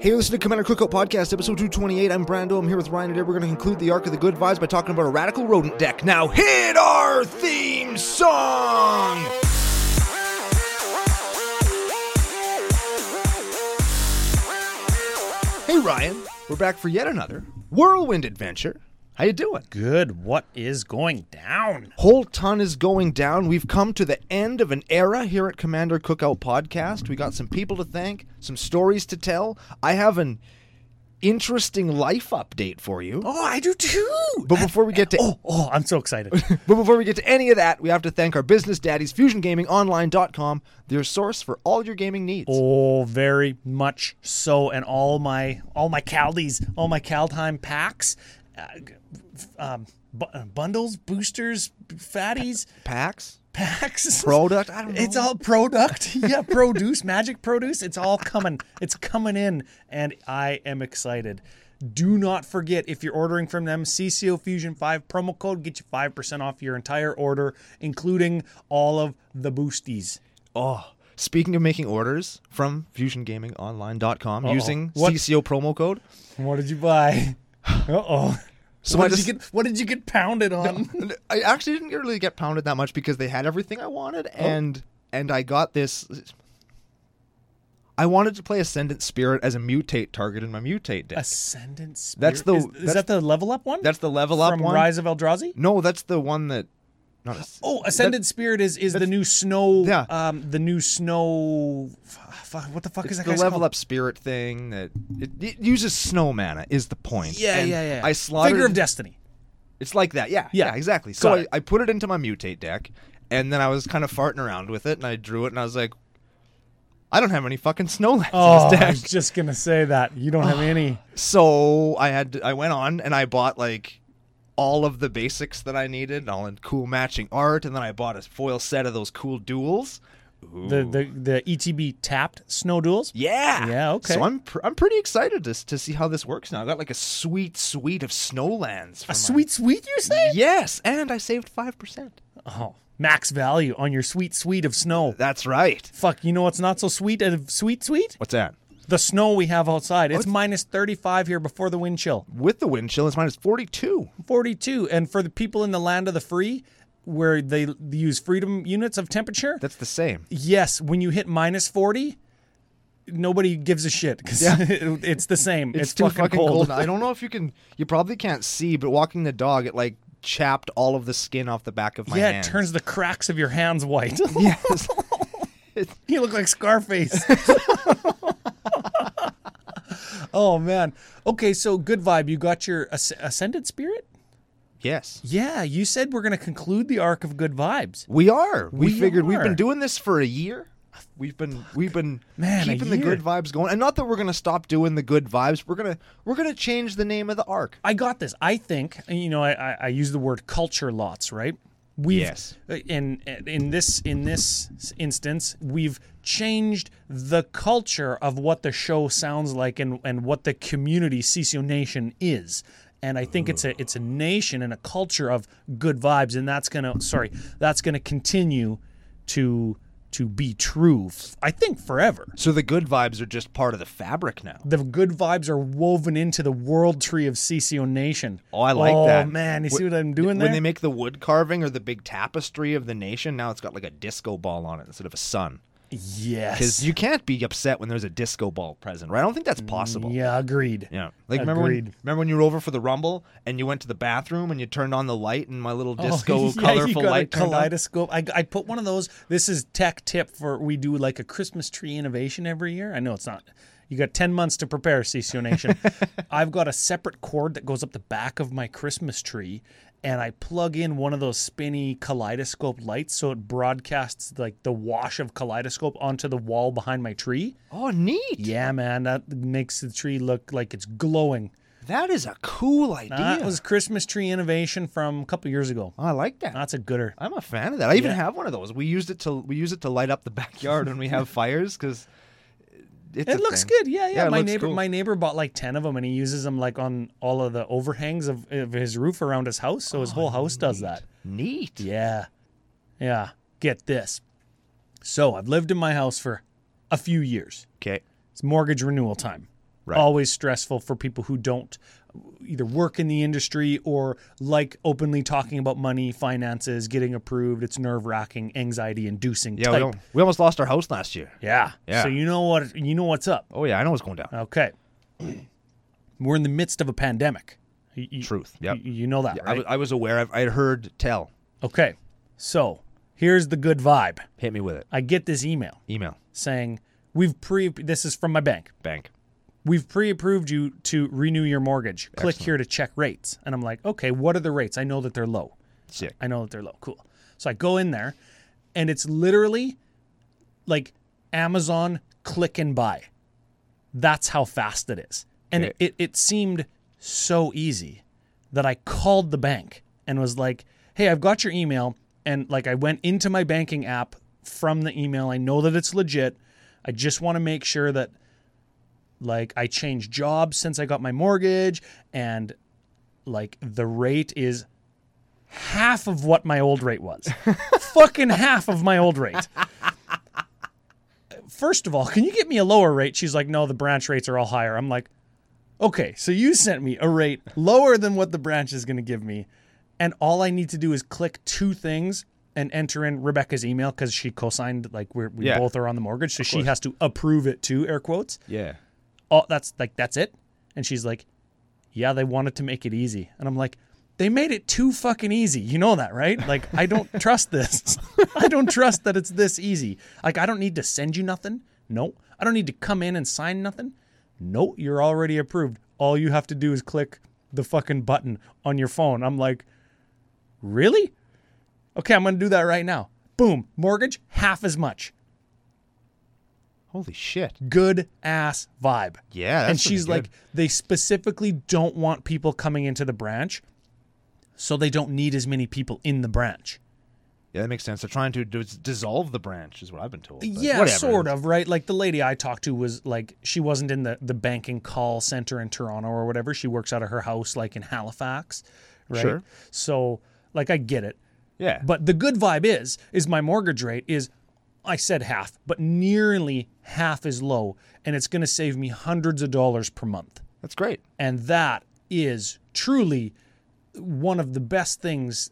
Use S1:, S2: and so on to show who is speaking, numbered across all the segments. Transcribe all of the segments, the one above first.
S1: Hey, listen to Commander Cookout Podcast, episode 228. I'm Brando. I'm here with Ryan today. We're going to conclude the arc of the good vibes by talking about a radical rodent deck. Now, hit our theme song! Hey, Ryan. We're back for yet another whirlwind adventure. How you doing?
S2: Good. What is going down?
S1: Whole ton is going down. We've come to the end of an era here at Commander Cookout Podcast. We got some people to thank, some stories to tell. I have an interesting life update for you.
S2: Oh, I do too.
S1: But before we get to
S2: oh, oh, I'm so excited.
S1: but before we get to any of that, we have to thank our business daddies, FusionGamingOnline.com, their source for all your gaming needs.
S2: oh, very much so. And all my all my Caldies, all my Caldheim packs, uh, g- f- um, bu- uh, bundles, boosters, fatties,
S1: Packs,
S2: packs.
S1: product, I don't know.
S2: It's all product. Yeah, produce, magic produce. It's all coming. It's coming in, and I am excited. Do not forget if you're ordering from them, CCO Fusion 5 promo code get you 5% off your entire order, including all of the boosties.
S1: oh. Speaking of making orders from FusionGamingOnline.com using
S2: What?
S1: CCO promo code,
S2: What did you buy? Uh oh.
S1: So
S2: what,
S1: I
S2: did
S1: just-
S2: you get, what did you get pounded on?
S1: And I actually didn't really get pounded that much because they had everything I wanted,
S2: Oh.
S1: and and I got this. I wanted to play Ascendant Spirit as a mutate target in my mutate deck.
S2: Ascendant Spirit.
S1: That's the-
S2: Is, is
S1: that's-
S2: that the level up one?
S1: That's the level up
S2: From
S1: one.
S2: Rise of Eldrazi?
S1: No, that's the one that. Not a,
S2: Oh, Ascendant Spirit is is the new snow.
S1: Yeah.
S2: Um, the new snow. f- f- What the fuck is that
S1: the
S2: guy's
S1: level
S2: called?
S1: up spirit thing that it, it uses snow mana is the point.
S2: Yeah,
S1: And
S2: yeah, yeah.
S1: I slaughtered.
S2: Finger of Destiny.
S1: It's like that. Yeah. Yeah.
S2: Yeah.
S1: exactly. So
S2: Got
S1: I,
S2: it.
S1: I put it into my mutate deck, and then I was kind of farting around with it, and I drew it, and I was like, I don't have any fucking snow lands in this deck.
S2: Oh, just gonna say that you don't have any.
S1: So I had to, I went on and I bought like all of the basics that I needed, all in cool matching art, and then I bought a foil set of those cool duels.
S2: The, the the ETB tapped snow duels.
S1: Yeah.
S2: Yeah, okay.
S1: So I'm pr- I'm pretty excited to s- to see how this works now. I got like a sweet suite of snowlands. for
S2: A
S1: my-
S2: sweet sweet, you say?
S1: Yes, and I saved five percent.
S2: Oh, max value on your sweet sweet of snow.
S1: That's right.
S2: Fuck, you know what's not so sweet of sweet sweet?
S1: What's that?
S2: The snow we have outside. It's minus 35 here before the wind chill.
S1: With the wind chill, it's minus forty two.
S2: 42. And for the people in the land of the free, where they l- use freedom units of temperature,
S1: That's the same.
S2: yes, when you hit minus 40, nobody gives a shit because it's the same. It's,
S1: too
S2: fucking, cold.
S1: I don't know if you can. You probably can't see, but walking the dog, it like chapped all of the skin off the back of my
S2: Yeah,
S1: hand.
S2: it turns the cracks of your hands white.
S1: Yes.
S2: you look like Scarface. oh, man. Okay, so good vibe. You got your asc- ascended spirit?
S1: yes.
S2: Yeah, you said we're going to conclude the arc of good vibes.
S1: We are. We,
S2: We
S1: figured we've been
S2: are.
S1: doing this for a year. We've been we've been
S2: Man, a
S1: keeping the
S2: year.
S1: good vibes going. And not that we're gonna stop doing the good vibes. We're gonna we're gonna change the name of the arc.
S2: I got this. I think and, you know. I, I, I use the word culture lots, right? We've, uh,
S1: Yes.
S2: In in this in this instance, we've changed the culture of what the show sounds like and and what the community CCO Nation is. And I think it's a it's a nation and a culture of good vibes, and that's gonna sorry that's gonna continue to to be true. f- I think forever.
S1: So the good vibes are just part of the fabric now.
S2: the good vibes are woven into the world tree of CCO Nation.
S1: Oh, I like that.
S2: Oh man, you
S1: Wh-
S2: see what I'm doing
S1: When
S2: there?
S1: they make the wood carving or the big tapestry of the nation, now it's got like a disco ball on it instead of a sun. Because
S2: yes.
S1: you can't be upset when there's a disco ball present, right? I don't think that's possible.
S2: Yeah, agreed.
S1: Yeah. Like remember when,
S2: Agreed.
S1: remember when you were over for the rumble and you went to the bathroom and you turned on the light and my little disco
S2: Oh, yeah, you
S1: colorful
S2: got a
S1: light turned on?
S2: kaleidoscope. I, I put one of those. This is tech tip for we do like a Christmas tree innovation every year. I know it's not. You got ten months to prepare, CCO Nation. I've got a separate cord that goes up the back of my Christmas tree, and I plug in one of those spinny kaleidoscope lights, so it broadcasts like the wash of kaleidoscope onto the wall behind my tree.
S1: Oh, neat.
S2: Yeah, man, that makes the tree look like it's glowing.
S1: That is a cool idea.
S2: That was Christmas tree innovation from a couple years ago.
S1: I like that.
S2: That's a gooder.
S1: I'm a fan of that. I even have one of those. We used it to we use it to light up the backyard when we have fires because it's
S2: It
S1: a
S2: looks
S1: thing.
S2: good. Yeah, yeah.
S1: it
S2: my
S1: looks
S2: neighbor,
S1: cool.
S2: my neighbor bought like ten of them, and he uses them like on all of the overhangs of, of his roof around his house. So his whole house does that.
S1: Oh, neat.
S2: Yeah, yeah. Get this. So I've lived in my house for a few years.
S1: Okay,
S2: It's mortgage renewal time.
S1: Right.
S2: Always stressful for people who don't either work in the industry or like openly talking about money, finances, getting approved. It's nerve wracking, anxiety inducing
S1: Yeah, we,
S2: type.
S1: al- we almost lost our house last year.
S2: Yeah.
S1: Yeah.
S2: So you know what you know what's up.
S1: Oh yeah, I know what's going down.
S2: Okay. We're in the midst of a pandemic. You- you-
S1: Truth. Yep.
S2: You, you know that,
S1: I
S2: right?
S1: was, I was aware. I've, I had heard tell.
S2: okay. So here's the good vibe.
S1: Hit me with it.
S2: I get this email
S1: Email
S2: saying we've pre. This is from my bank.
S1: bank.
S2: We've pre-approved you to renew your mortgage. Click here to check rates. And I'm like, okay, what are the rates? I know that they're low.
S1: Sick.
S2: I know that they're low. Cool. So I go in there, and it's literally like Amazon click and buy. That's how fast it is. And
S1: Okay.
S2: it, it seemed so easy that I called the bank and was like, hey, I've got your email. And like I went into my banking app from the email. I know that it's legit. I just want to make sure that like I changed jobs since I got my mortgage and like the rate is half of what my old rate was. Fucking half of my old rate. First of all, can you get me a lower rate? She's like, no, the branch rates are all higher. I'm like, okay, so you sent me a rate lower than what the branch is going to give me. And all I need to do is click two things and enter in Rebecca's email because she co signed, like, we're, we
S1: Yeah.
S2: both are on the mortgage. So she has to approve it too, air quotes
S1: Yeah.
S2: oh that's like that's it and she's like yeah they wanted to make it easy and i'm like they made it too fucking easy you know that right like i don't trust this i don't trust that it's this easy like i don't need to send you nothing no i don't need to come in and sign nothing no you're already approved all you have to do is click the fucking button on your phone i'm like really okay i'm gonna do that right now boom mortgage half as much
S1: Holy shit.
S2: good ass vibe
S1: Yeah. That's
S2: and she's
S1: pretty
S2: like,
S1: good.
S2: they specifically don't want people coming into the branch, so they don't need as many people in the branch.
S1: yeah, that makes sense. They're trying to dis- dissolve the branch, is what I've been told. but
S2: yeah,
S1: whatever.
S2: sort of, right? Like the lady I talked to was like, she wasn't in the the banking call center in Toronto or whatever. She works out of her house, like in Halifax, right?
S1: Sure.
S2: So, like, I get it.
S1: Yeah.
S2: But the good vibe is is my mortgage rate is I said half, but nearly half is low, and it's going to save me hundreds of dollars per month.
S1: that's great.
S2: And that is truly one of the best things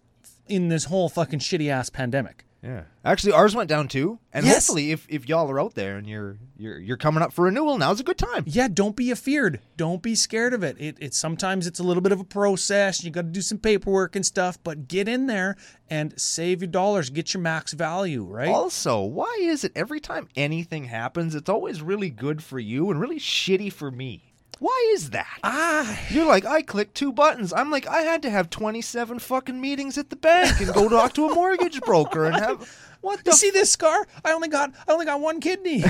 S2: in this whole fucking shitty ass pandemic.
S1: Yeah. Actually, ours went down too. And
S2: Yes.
S1: hopefully, if, if y'all are out there and you're you're you're coming up for renewal, now's a good time.
S2: Yeah, don't be afeared. Don't be scared of it. It, it sometimes it's a little bit of a process. You got to do some paperwork and stuff, but get in there and save your dollars. Get your max value, right?
S1: Also, why is it every time anything happens, it's always really good for you and really shitty for me? Why is that?
S2: ah,
S1: You're like, I clicked two buttons. I'm like, I had to have 27 fucking meetings at the bank and go talk to a mortgage broker and have. What the
S2: you see this scar? I only got I only got one kidney.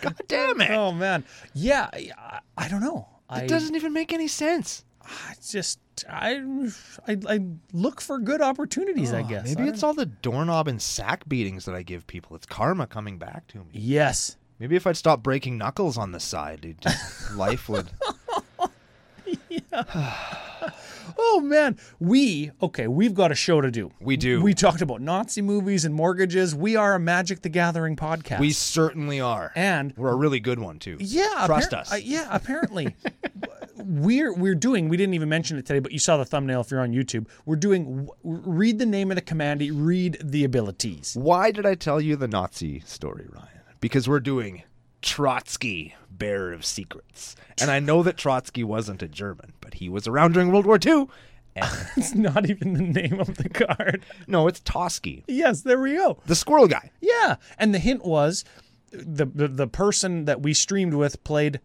S1: God damn it?
S2: oh man, yeah. I, I- I don't know. I
S1: It doesn't even make any sense.
S2: I just I, I I look for good opportunities. I guess
S1: Ah, Maybe
S2: I
S1: it's all the doorknob and sack beatings that I give people. It's karma coming back to me.
S2: Yes.
S1: Maybe if I'd stop breaking knuckles on the side, it just, life would.
S2: Oh man, we okay. We've got a show to do.
S1: We do.
S2: We talked about Nazi movies and mortgages. We are a Magic the Gathering podcast.
S1: We certainly are.
S2: and
S1: We're a really good one, too.
S2: yeah,
S1: Trust
S2: appar-
S1: us.
S2: uh, yeah, apparently. We're we're doing. We didn't even mention it today, but you saw the thumbnail if you're on YouTube. We're doing. w- Read the name of the commandee. Read the abilities.
S1: Why did I tell you the Nazi story, Ryan? Because we're doing Trotsky, Bearer of Secrets. And I know that Trotsky wasn't a German, but he was around during World War II.
S2: it's not even the name of the card.
S1: No, it's Tosky,
S2: Yes, there we go.
S1: the squirrel guy.
S2: Yeah, and the hint was the the, the person that we streamed with played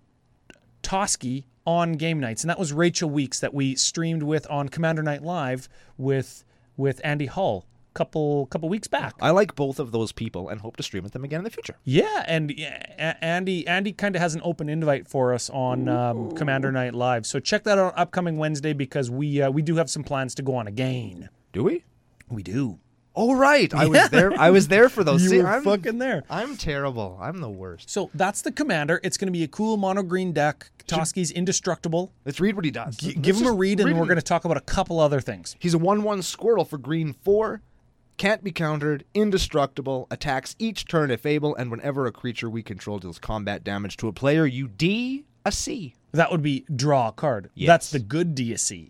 S2: Toski on game nights, and that was Rachel Weeks that we streamed with on Commander Night Live with with Andy Hull couple couple weeks back.
S1: I like both of those people and hope to stream with them again in the future.
S2: Yeah, and yeah, A- Andy Andy kind of has an open invite for us on um, Commander Night Live, so check that out upcoming Wednesday because we uh, we do have some plans to go on again.
S1: Do we?
S2: We do.
S1: Oh right, I was there. I was there for those.
S2: You
S1: See,
S2: were
S1: I'm
S2: fucking there.
S1: I'm terrible. I'm the worst.
S2: So that's the commander. It's going to be a cool mono green deck. Toski's indestructible.
S1: Let's read what he does.
S2: G- give him a read, and we're going to talk about a couple other things.
S1: He's a one-one squirrel for green four. Can't be countered, indestructible, attacks each turn if able, and whenever a creature we control deals combat damage to a player, you D a C.
S2: That would be draw a card.
S1: Yes.
S2: That's the good DSC,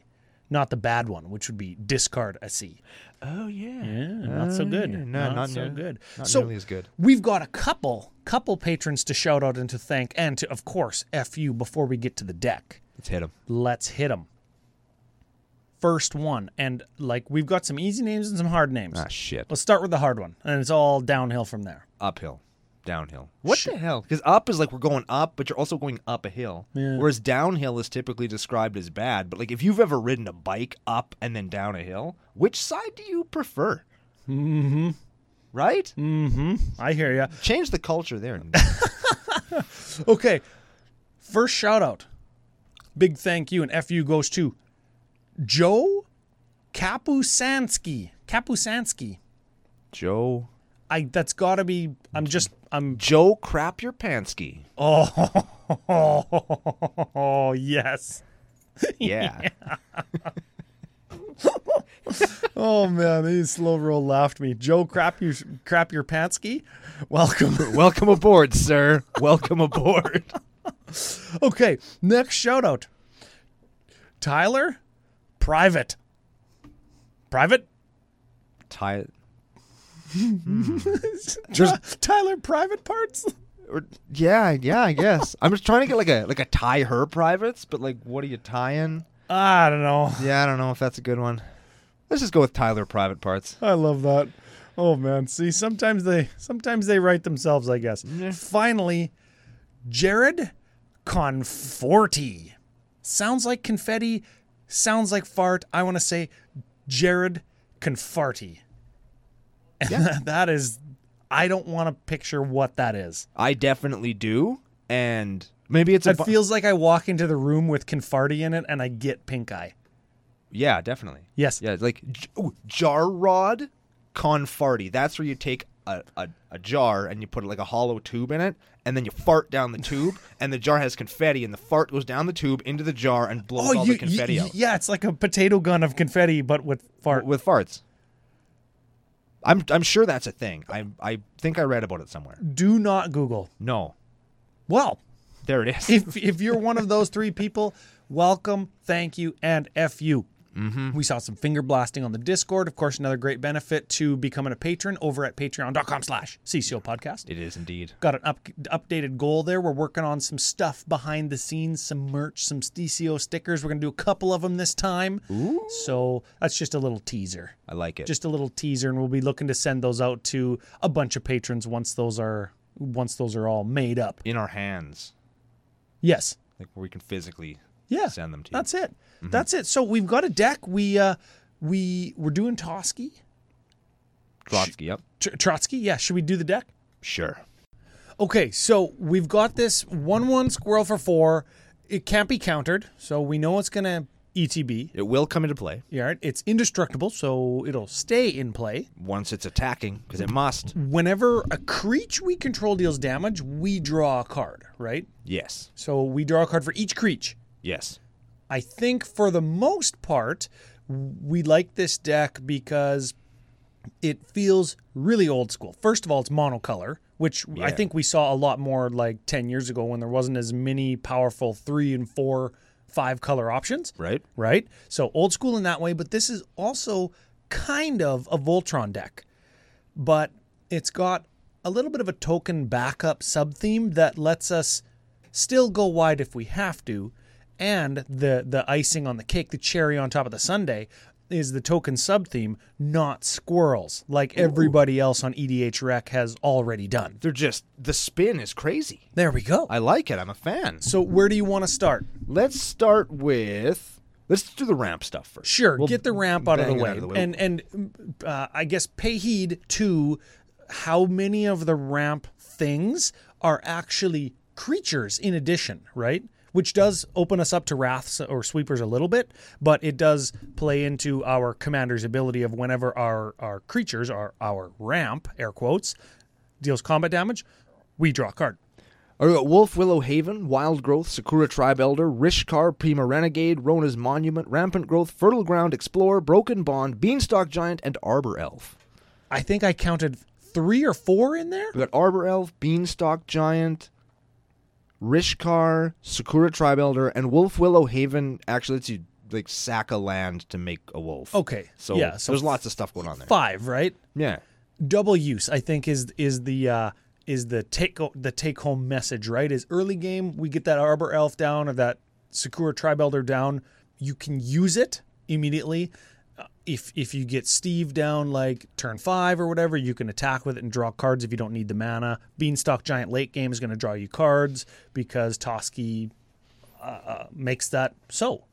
S2: not the bad one, which would be discard a C.
S1: Oh, yeah.
S2: Yeah, not so good.
S1: yeah. No,
S2: not,
S1: not
S2: so
S1: near-
S2: good.
S1: not
S2: so
S1: nearly as good.
S2: We've got a couple couple patrons to shout out and to thank, and to of course f you before we get to the deck.
S1: Let's hit him.
S2: Let's hit them. First one, and like we've got some easy names and some hard names.
S1: Ah, shit.
S2: Let's start with the hard one, and it's all downhill from there.
S1: Uphill, downhill. What
S2: Shit.
S1: the hell? Because up is like we're going up, but you're also going up a hill.
S2: Yeah.
S1: Whereas downhill is typically described as bad. But like if you've ever ridden a bike up and then down a hill, which side do you prefer? Mm-hmm. Right?
S2: Mm-hmm. I hear ya.
S1: Change the culture there.
S2: Okay. First shout out. Big thank you and FU goes to Joe Kapusansky. Kapusansky.
S1: Joe.
S2: I that's gotta be I'm just I'm
S1: Joe Crap Your Pansky.
S2: oh yes.
S1: Yeah.
S2: Oh man, these slow roll laughed me. Joe crap you crap your pantsky. Welcome.
S1: Welcome aboard, sir. Welcome aboard.
S2: okay, next shout out. Tyler Private. Private?
S1: Ty-
S2: Tyler Private Parts?
S1: or, yeah, yeah, I guess. I'm just trying to get like a like a tie her privates, but like what are you tying?
S2: I don't know.
S1: Yeah, I don't know if that's a good one. Let's just go with Tyler Private Parts.
S2: I love that. Oh man, see sometimes they sometimes they write themselves, I guess. Finally, Jared Conforti. Sounds like confetti, sounds like fart. I want to say Jared Confarti. And that is I don't want to picture what that is.
S1: I definitely do, and maybe it's a
S2: It
S1: bu-
S2: feels like I walk into the room with Confarti in it and I get pink eye.
S1: yeah, definitely.
S2: Yes.
S1: Yeah, it's like j- ooh, jar rod confarty. That's where you take a, a, a jar and you put like a hollow tube in it, and then you fart down the tube, and the jar has confetti, and the fart goes down the tube into the jar and blows all the confetti out
S2: Oh, yeah, it's like a potato gun of confetti, but with fart.
S1: with farts. I'm I'm sure that's a thing. I I think I read about it somewhere.
S2: Do not Google.
S1: No,
S2: Well,
S1: there it is.
S2: if if you're one of those three people, welcome, thank you, and f you. Mm-hmm. We saw some finger blasting on the Discord. Of course, another great benefit to becoming a patron over at patreon.com slash CCO podcast.
S1: it is indeed.
S2: Got an up, updated goal there. We're working on some stuff behind the scenes, some merch, some CCO stickers. We're going to do a couple of them this time. So that's just a little teaser.
S1: I like it.
S2: Just a little teaser, and we'll be looking to send those out to a bunch of patrons once those are once those are all made up.
S1: in our hands,
S2: Yes.
S1: like where we can physically
S2: yeah,
S1: send them to you. Mm-hmm.
S2: That's it. That's it. So we've got a deck. We uh we we're doing Toski.
S1: Trotsky up.
S2: Tr- Trotsky, yeah. Should we do the deck?
S1: Sure.
S2: Okay, so we've got this one one squirrel for four. It can't be countered, so we know it's gonna E ETB.
S1: It will come into play
S2: Yeah, right. it's indestructible, so it'll stay in play.
S1: once it's attacking because it must.
S2: Whenever a creature we control deals damage, we draw a card, right?
S1: Yes.
S2: So we draw a card for each creature.
S1: Yes.
S2: I think for the most part, we like this deck because it feels really old school. First of all, it's monocolor, which I
S1: Yeah.
S2: think we saw a lot more like 10 years ago when there wasn't as many powerful three and four, five color options.
S1: Right.
S2: Right? So old school in that way, but this is also kind of a Voltron deck. But it's got a little bit of a token backup sub theme that lets us still go wide if we have to. And the the icing on the cake, the cherry on top of the sundae, is the token sub theme, not squirrels, like everybody else on EDH Rec has already done.
S1: They're just the spin is crazy.
S2: There we go.
S1: I like it. I'm a fan.
S2: So where do you want to start?
S1: Let's start with let's do the ramp stuff first.
S2: Sure,
S1: We'll
S2: get the ramp out of the,
S1: bang it
S2: way.
S1: out of the way.
S2: and and uh, I guess pay heed to how many of the ramp things are actually creatures in addition, right? Which does open us up to wraths or sweepers a little bit, but it does play into our commander's ability of whenever our our creatures are our ramp air quotes deals combat damage, we draw a card.
S1: Or we got Wolf, Willow Haven, Wild Growth, Sakura Tribe Elder, Rishkar, Prima Renegade, Rona's Monument, Rampant Growth, Fertile Ground, Explorer, Broken Bond, Beanstalk Giant, and Arbor Elf.
S2: I think I counted three or four in there.
S1: We got Arbor Elf, Beanstalk Giant, Rishkar, Sakura Tribe Elder, and Wolf Willow Haven actually lets you like sack a land to make a wolf.
S2: Okay.
S1: So,
S2: yeah, so
S1: there's lots of stuff going on there.
S2: five, right?
S1: yeah.
S2: double use i think is is the uh is the take the take home message right is early game we get that arbor elf down or that sakura tribe elder down you can use it immediately Uh, if if you get steve down like turn five or whatever you can attack with it and draw cards if you don't need the mana beanstalk giant late game is going to draw you cards because toski uh, uh, makes that so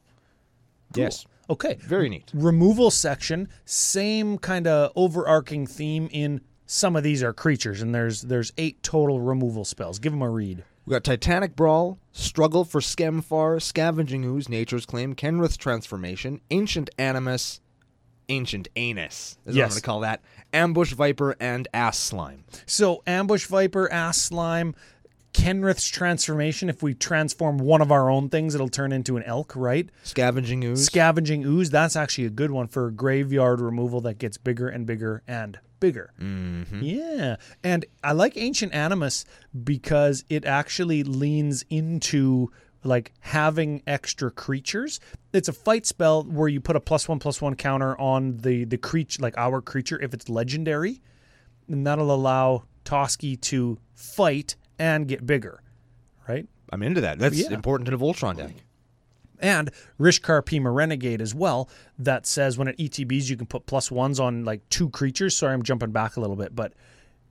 S1: Yes.
S2: okay
S1: Very neat.
S2: removal section same kind of overarching theme in some of these are creatures and there's there's eight total removal spells give them a read
S1: We got Titanic Brawl, Struggle for Skemfar, Scavenging Ooze, Nature's Claim, Kenrith's Transformation, Ancient Animus, Ancient Anus. Is what I'm
S2: Yes.
S1: going to call that. Ambush Viper and Ass Slime.
S2: so ambush viper ass slime kenrith's transformation if we transform one of our own things it'll turn into an elk right
S1: Scavenging Ooze.
S2: scavenging ooze that's actually a good one for graveyard removal that gets bigger and bigger and bigger yeah and i like ancient animus because it actually leans into like having extra creatures it's a fight spell where you put a plus one plus one counter on the the creature like our creature if it's legendary and that'll allow toski to fight and get bigger right
S1: I'm into that. That's
S2: Yeah.
S1: important to the Voltron deck.
S2: and Rishkar Pima Renegade as well. That says when it ETBs, you can put plus ones on like two creatures. Sorry, I'm jumping back a little bit, but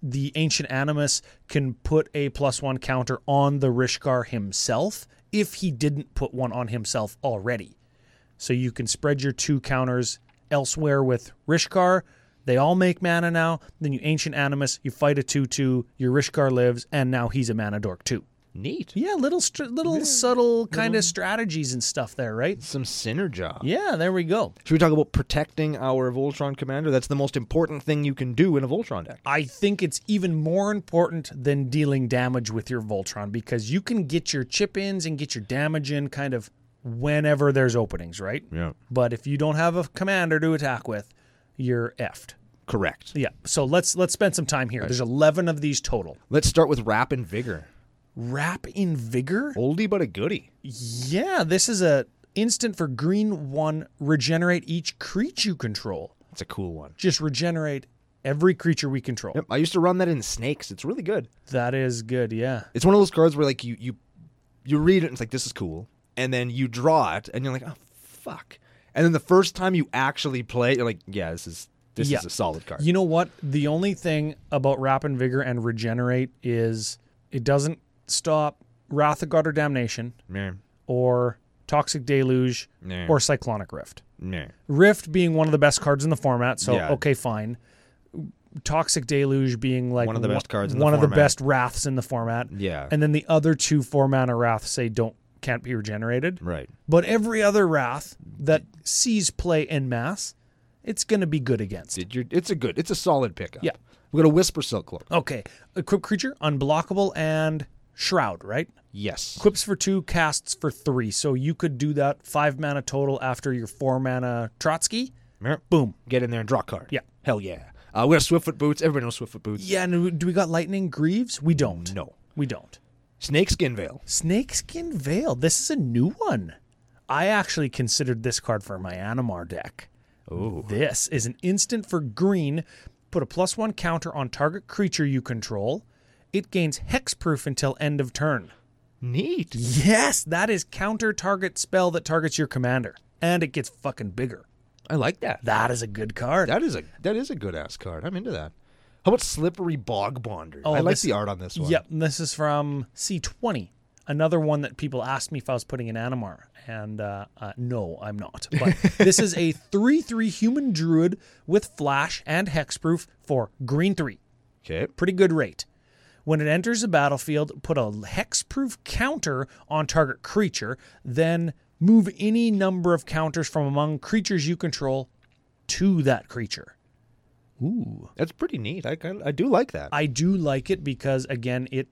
S2: the Ancient Animus can put a plus one counter on the Rishkar himself if he didn't put one on himself already. So you can spread your two counters elsewhere with Rishkar. They all make mana now. Then you Ancient Animus, you fight a 2 2, your Rishkar lives, and now he's a mana dork too.
S1: Neat.
S2: Yeah, little str- little subtle kind of strategies and stuff there, right?
S1: Some Synergy.
S2: Yeah, there we go.
S1: Should we talk about protecting our Voltron commander? That's the most important thing you can do in a Voltron deck.
S2: I think it's even more important than dealing damage with your Voltron because you can get your chip ins and get your damage in kind of whenever there's openings, right?
S1: Yeah.
S2: But if you don't have a commander to attack with, you're effed.
S1: Correct.
S2: Yeah. So let's let's spend some time here. There's 11 of these total.
S1: Let's start with Rap and Vigor.
S2: Wrap in vigor.
S1: Oldie but a goodie.
S2: Yeah, this is a instant for green one. Regenerate each creature you control.
S1: It's a cool one.
S2: just regenerate every creature we control.
S1: Yep, I used to run that in Snakes. It's really good.
S2: That is good, yeah.
S1: It's one of those cards where like you you you read it and it's like this is cool, and then you draw it and you're like oh fuck, and then the first time you actually play it, you're like yeah this is this
S2: Yeah.
S1: is a solid card.
S2: You know what? The only thing about Rap and Vigor and Regenerate is it doesn't stop Wrath of God or Damnation
S1: Meh,
S2: or Toxic Deluge
S1: Yeah.
S2: or Cyclonic Rift.
S1: meh.
S2: Rift being one of the best cards in the format, so
S1: Yeah.
S2: okay, fine. Toxic Deluge being like
S1: One of the best cards in the
S2: one of the
S1: format.
S2: best wraths in the format,
S1: Yeah.
S2: and then the other two four mana wraths say don't can't be regenerated.
S1: Right.
S2: But every other Wrath that sees play en masse, it's going to be good against.
S1: Did your, it's a good it's a solid pickup.
S2: Yeah.
S1: We got a Whisper Silk Cloak.
S2: Okay, equip creature, unblockable, and shroud, right?
S1: Yes.
S2: Equips for two, casts for three. So you could do that five mana total after your four mana Trotsky.
S1: Meh.
S2: Boom.
S1: Get in there and draw a card.
S2: Yeah.
S1: Hell yeah. Uh, we got Swiftfoot Boots. Everybody knows Swiftfoot Boots.
S2: Yeah, and do we got lightning greaves? We don't.
S1: No.
S2: We don't.
S1: Snakeskin Veil.
S2: Snakeskin Veil. This is a new one. I actually considered this card for my Animar deck.
S1: Ooh.
S2: This is an instant for green. Put a plus one counter on target creature you control. It gains hexproof until end of turn.
S1: Neat.
S2: Yes, that is counter target spell that targets your commander, and it gets fucking bigger.
S1: I like that.
S2: That is a good card.
S1: That is a that is a good ass card. I'm into that. How about Slippery Bog Bonder?
S2: Oh,
S1: I like
S2: this-
S1: the art on this one.
S2: Yep, and this is from C20. Another one that people asked me if I was putting in Animar, and uh, uh, no, I'm not. But this is a 3 3 human druid with flash and hexproof for green 3.
S1: Okay.
S2: pretty good rate. When it enters the battlefield, put a hexproof counter on target creature, then move any number of counters from among creatures you control to that creature. Ooh.
S1: That's pretty neat. I kind I do like that.
S2: I do like it because again, it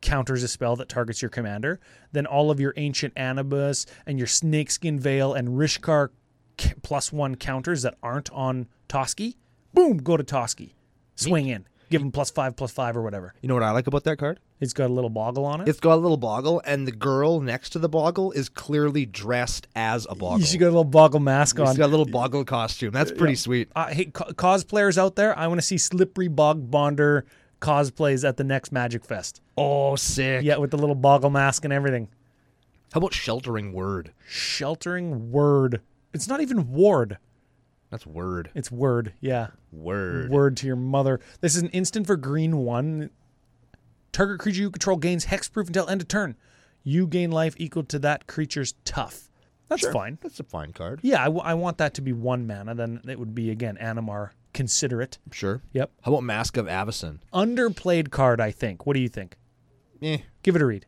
S2: counters a spell that targets your commander. Then all of your ancient Anubis and your snakeskin veil and Rishkar c- plus one counters that aren't on Toski, boom, go to Toski. Swing in. Give him plus five, plus five, or whatever.
S1: You know what I like about that card?
S2: It's got a little boggle on it.
S1: It's got a little boggle, and the girl next to the boggle is clearly dressed as a boggle.
S2: you should get a little boggle mask on.
S1: She's got a little boggle costume. That's pretty sweet.
S2: uh, hey, co- cosplayers out there, I want to see Slippery Bog Bonder cosplays at the next Magic Fest.
S1: Oh, sick.
S2: Yeah, with the little boggle mask and everything.
S1: How about sheltering word?
S2: Sheltering word. It's not even ward.
S1: That's word.
S2: It's word. Yeah.
S1: Word.
S2: Word to your mother. This is an instant for green one. Target creature you control gains hexproof until end of turn. You gain life equal to that creature's tough. That's fine.
S1: That's a fine card.
S2: Yeah, I, w- I want that to be one mana. Then it would be, again, Animar. Considerate.
S1: Sure.
S2: Yep.
S1: How about Mask of Avison?
S2: Underplayed card, I think. What do you think?
S1: Eh.
S2: Give it a read.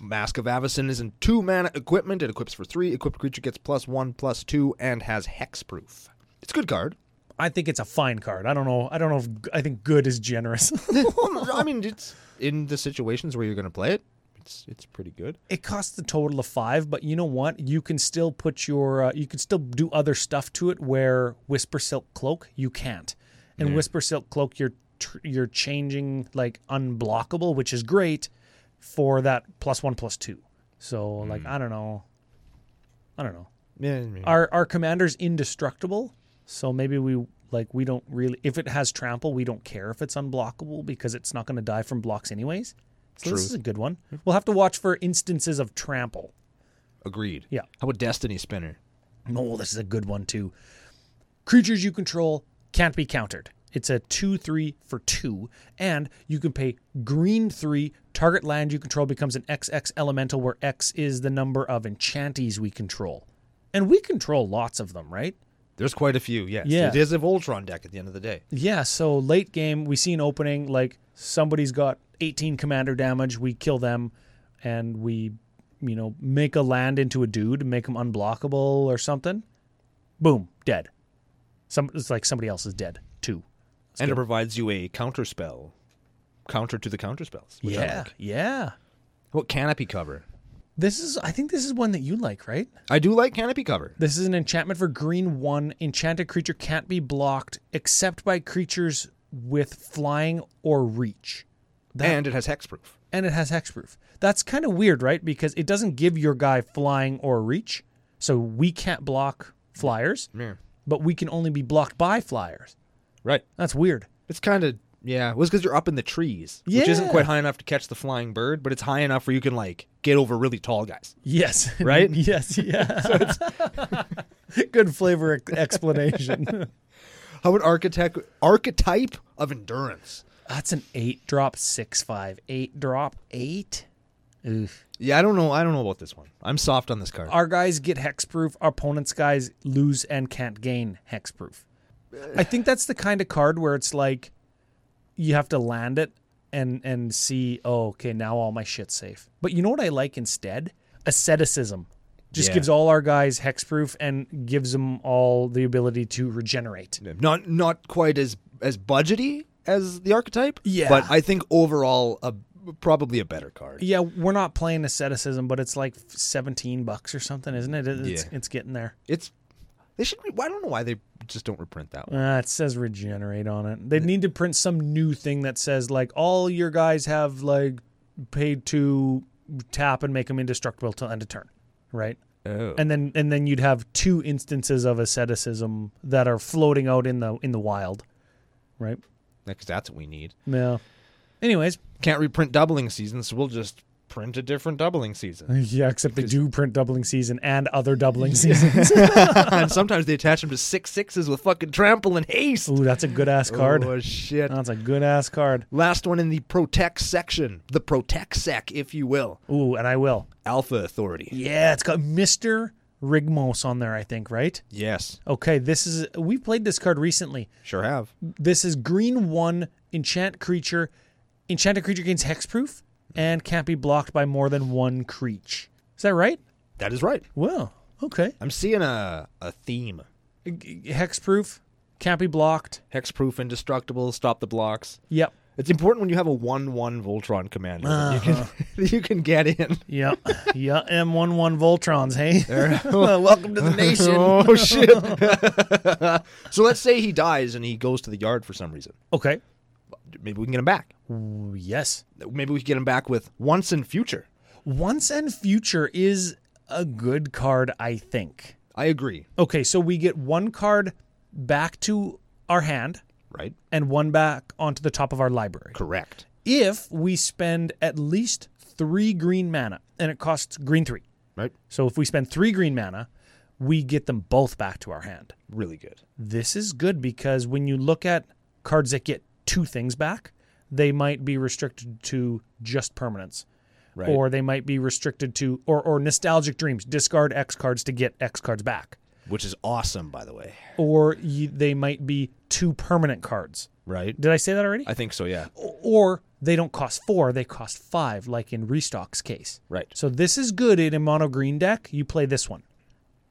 S1: Mask of Avison is in two mana equipment. It equips for three. Equipped creature gets plus one, plus two, and has hexproof. It's a good card.
S2: I think it's a fine card. I don't know. I don't know if g- I think good is generous.
S1: Well, I mean, it's in the situations where you're going to play it. It's it's pretty good.
S2: it costs a total of five, but you know what? You can still put your, uh, you can still do other stuff to it. Where Whisper Silk Cloak, you can't. And Whisper Silk Cloak, you're tr- you're changing like unblockable, which is great for that plus one plus two. So like I don't know, I don't know.
S1: Yeah.
S2: Our our commander's indestructible, so maybe we like we don't really. If it has trample, we don't care if it's unblockable because it's not going to die from blocks anyways. So this
S1: True.
S2: is a good one. We'll have to watch for instances of trample.
S1: Agreed.
S2: Yeah.
S1: How about Destiny Spinner?
S2: Oh, this is a good one too. Creatures you control can't be countered. It's a 2 3 for 2, and you can pay green 3. Target land you control becomes an XX elemental, where X is the number of enchantees we control. And we control lots of them, right?
S1: There's quite a few. Yes.
S2: Yeah.
S1: It is a Voltron deck at the end of the day.
S2: Yeah, so late game, we see an opening, like somebody's got 18 commander damage, we kill them, and we, you know, make a land into a dude, make him unblockable or something. Boom, dead. Some It's like somebody else is dead, too.
S1: and it provides you a counter spell, counter to the counter spells. Which I
S2: yeah,
S1: like.
S2: yeah.
S1: What canopy cover?
S2: This is, I think this is one that you like, right?
S1: I do like canopy cover.
S2: This is an enchantment for green one. Enchanted creature can't be blocked except by creatures with flying or reach. That-
S1: and it has hexproof.
S2: and it has hexproof. That's kind of weird, right? Because it doesn't give your guy flying or reach. So we can't block flyers,
S1: Yeah.
S2: but we can only be blocked by flyers.
S1: Right.
S2: That's weird.
S1: It's kind of yeah. It was because you're up in the trees, which isn't
S2: Yeah.
S1: quite high enough to catch the flying bird, but it's high enough where you can like get over really tall guys.
S2: Yes.
S1: Right?
S2: yes, yeah. Good flavor ex- explanation.
S1: How about architect archetype of endurance?
S2: That's an 8 drop 6 5. 8 drop 8. Oof.
S1: Yeah, I don't know. I don't know about this one. I'm soft on this card.
S2: Our guys get hexproof, our opponent's guys lose and can't gain hexproof. I think that's the kind of card where it's like you have to land it and and see, oh, okay, now all my shit's safe. But you know what I like instead? Asceticism. Just
S1: Yeah.
S2: gives all our guys hexproof and gives them all the ability to regenerate.
S1: Not not quite as as budgety as the archetype.
S2: Yeah.
S1: but I think overall a probably a better card.
S2: Yeah, we're not playing asceticism, but it's like 17 bucks or something, isn't it? It's,
S1: Yeah.
S2: it's getting there.
S1: It's they should. Re- I don't know why they just don't reprint that one.
S2: Uh, it says regenerate on it. They need to print some new thing that says like all your guys have like paid to tap and make them indestructible till end of turn, right?
S1: Oh,
S2: And then and then you'd have two instances of asceticism that are floating out in the in the wild, right?
S1: because that's what we need.
S2: Yeah. Anyways,
S1: Can't reprint doubling season, so we'll just print a different doubling season.
S2: yeah. Except they do print doubling season and other doubling seasons.
S1: and sometimes they attach them to six sixes with fucking trample and haste.
S2: Ooh, that's a good ass card.
S1: Oh shit.
S2: That's a good ass card.
S1: Last one in the protect section, the protect sec, if you will.
S2: Ooh, and I will.
S1: Alpha authority.
S2: Yeah, it's got Mister Rigmos on there. I think right.
S1: Yes,
S2: Okay, this is we played this card recently.
S1: sure have.
S2: This is green one enchant creature. Enchanted creature gains hexproof and can't be blocked by more than one creature. Is that right?
S1: That is right.
S2: Well, okay.
S1: I'm seeing a a theme.
S2: Hexproof can't be blocked.
S1: Hexproof, indestructible, stop the blocks.
S2: Yep.
S1: It's important when you have a one-one Voltron commander that you can that you can get in.
S2: Yeah, yeah, M11 Voltrons, hey? Welcome to the nation.
S1: Oh shit! so let's say he dies and he goes to the yard for some reason.
S2: Okay.
S1: Maybe we can get him back.
S2: Ooh, Yes.
S1: Maybe we can get him back with once in future.
S2: Once and Future is a good card, I think.
S1: I agree.
S2: Okay, so we get one card back to our hand
S1: Right?
S2: and one back onto the top of our library.
S1: Correct.
S2: If we spend at least three green mana, and it costs green three.
S1: Right?
S2: So if we spend three green mana, we get them both back to our hand.
S1: Really good.
S2: This is good because when you look at cards that get two things back, they might be restricted to just permanence.
S1: Right.
S2: Or they might be restricted to, or, or nostalgic dreams, discard X cards to get X cards back.
S1: Which is awesome, by the way.
S2: Or you, they might be two permanent cards.
S1: Right?
S2: Did I say that already?
S1: I think so, yeah.
S2: or they don't cost four, they cost five, like in Restock's case.
S1: Right.
S2: So this is good in a mono green deck. You play this one.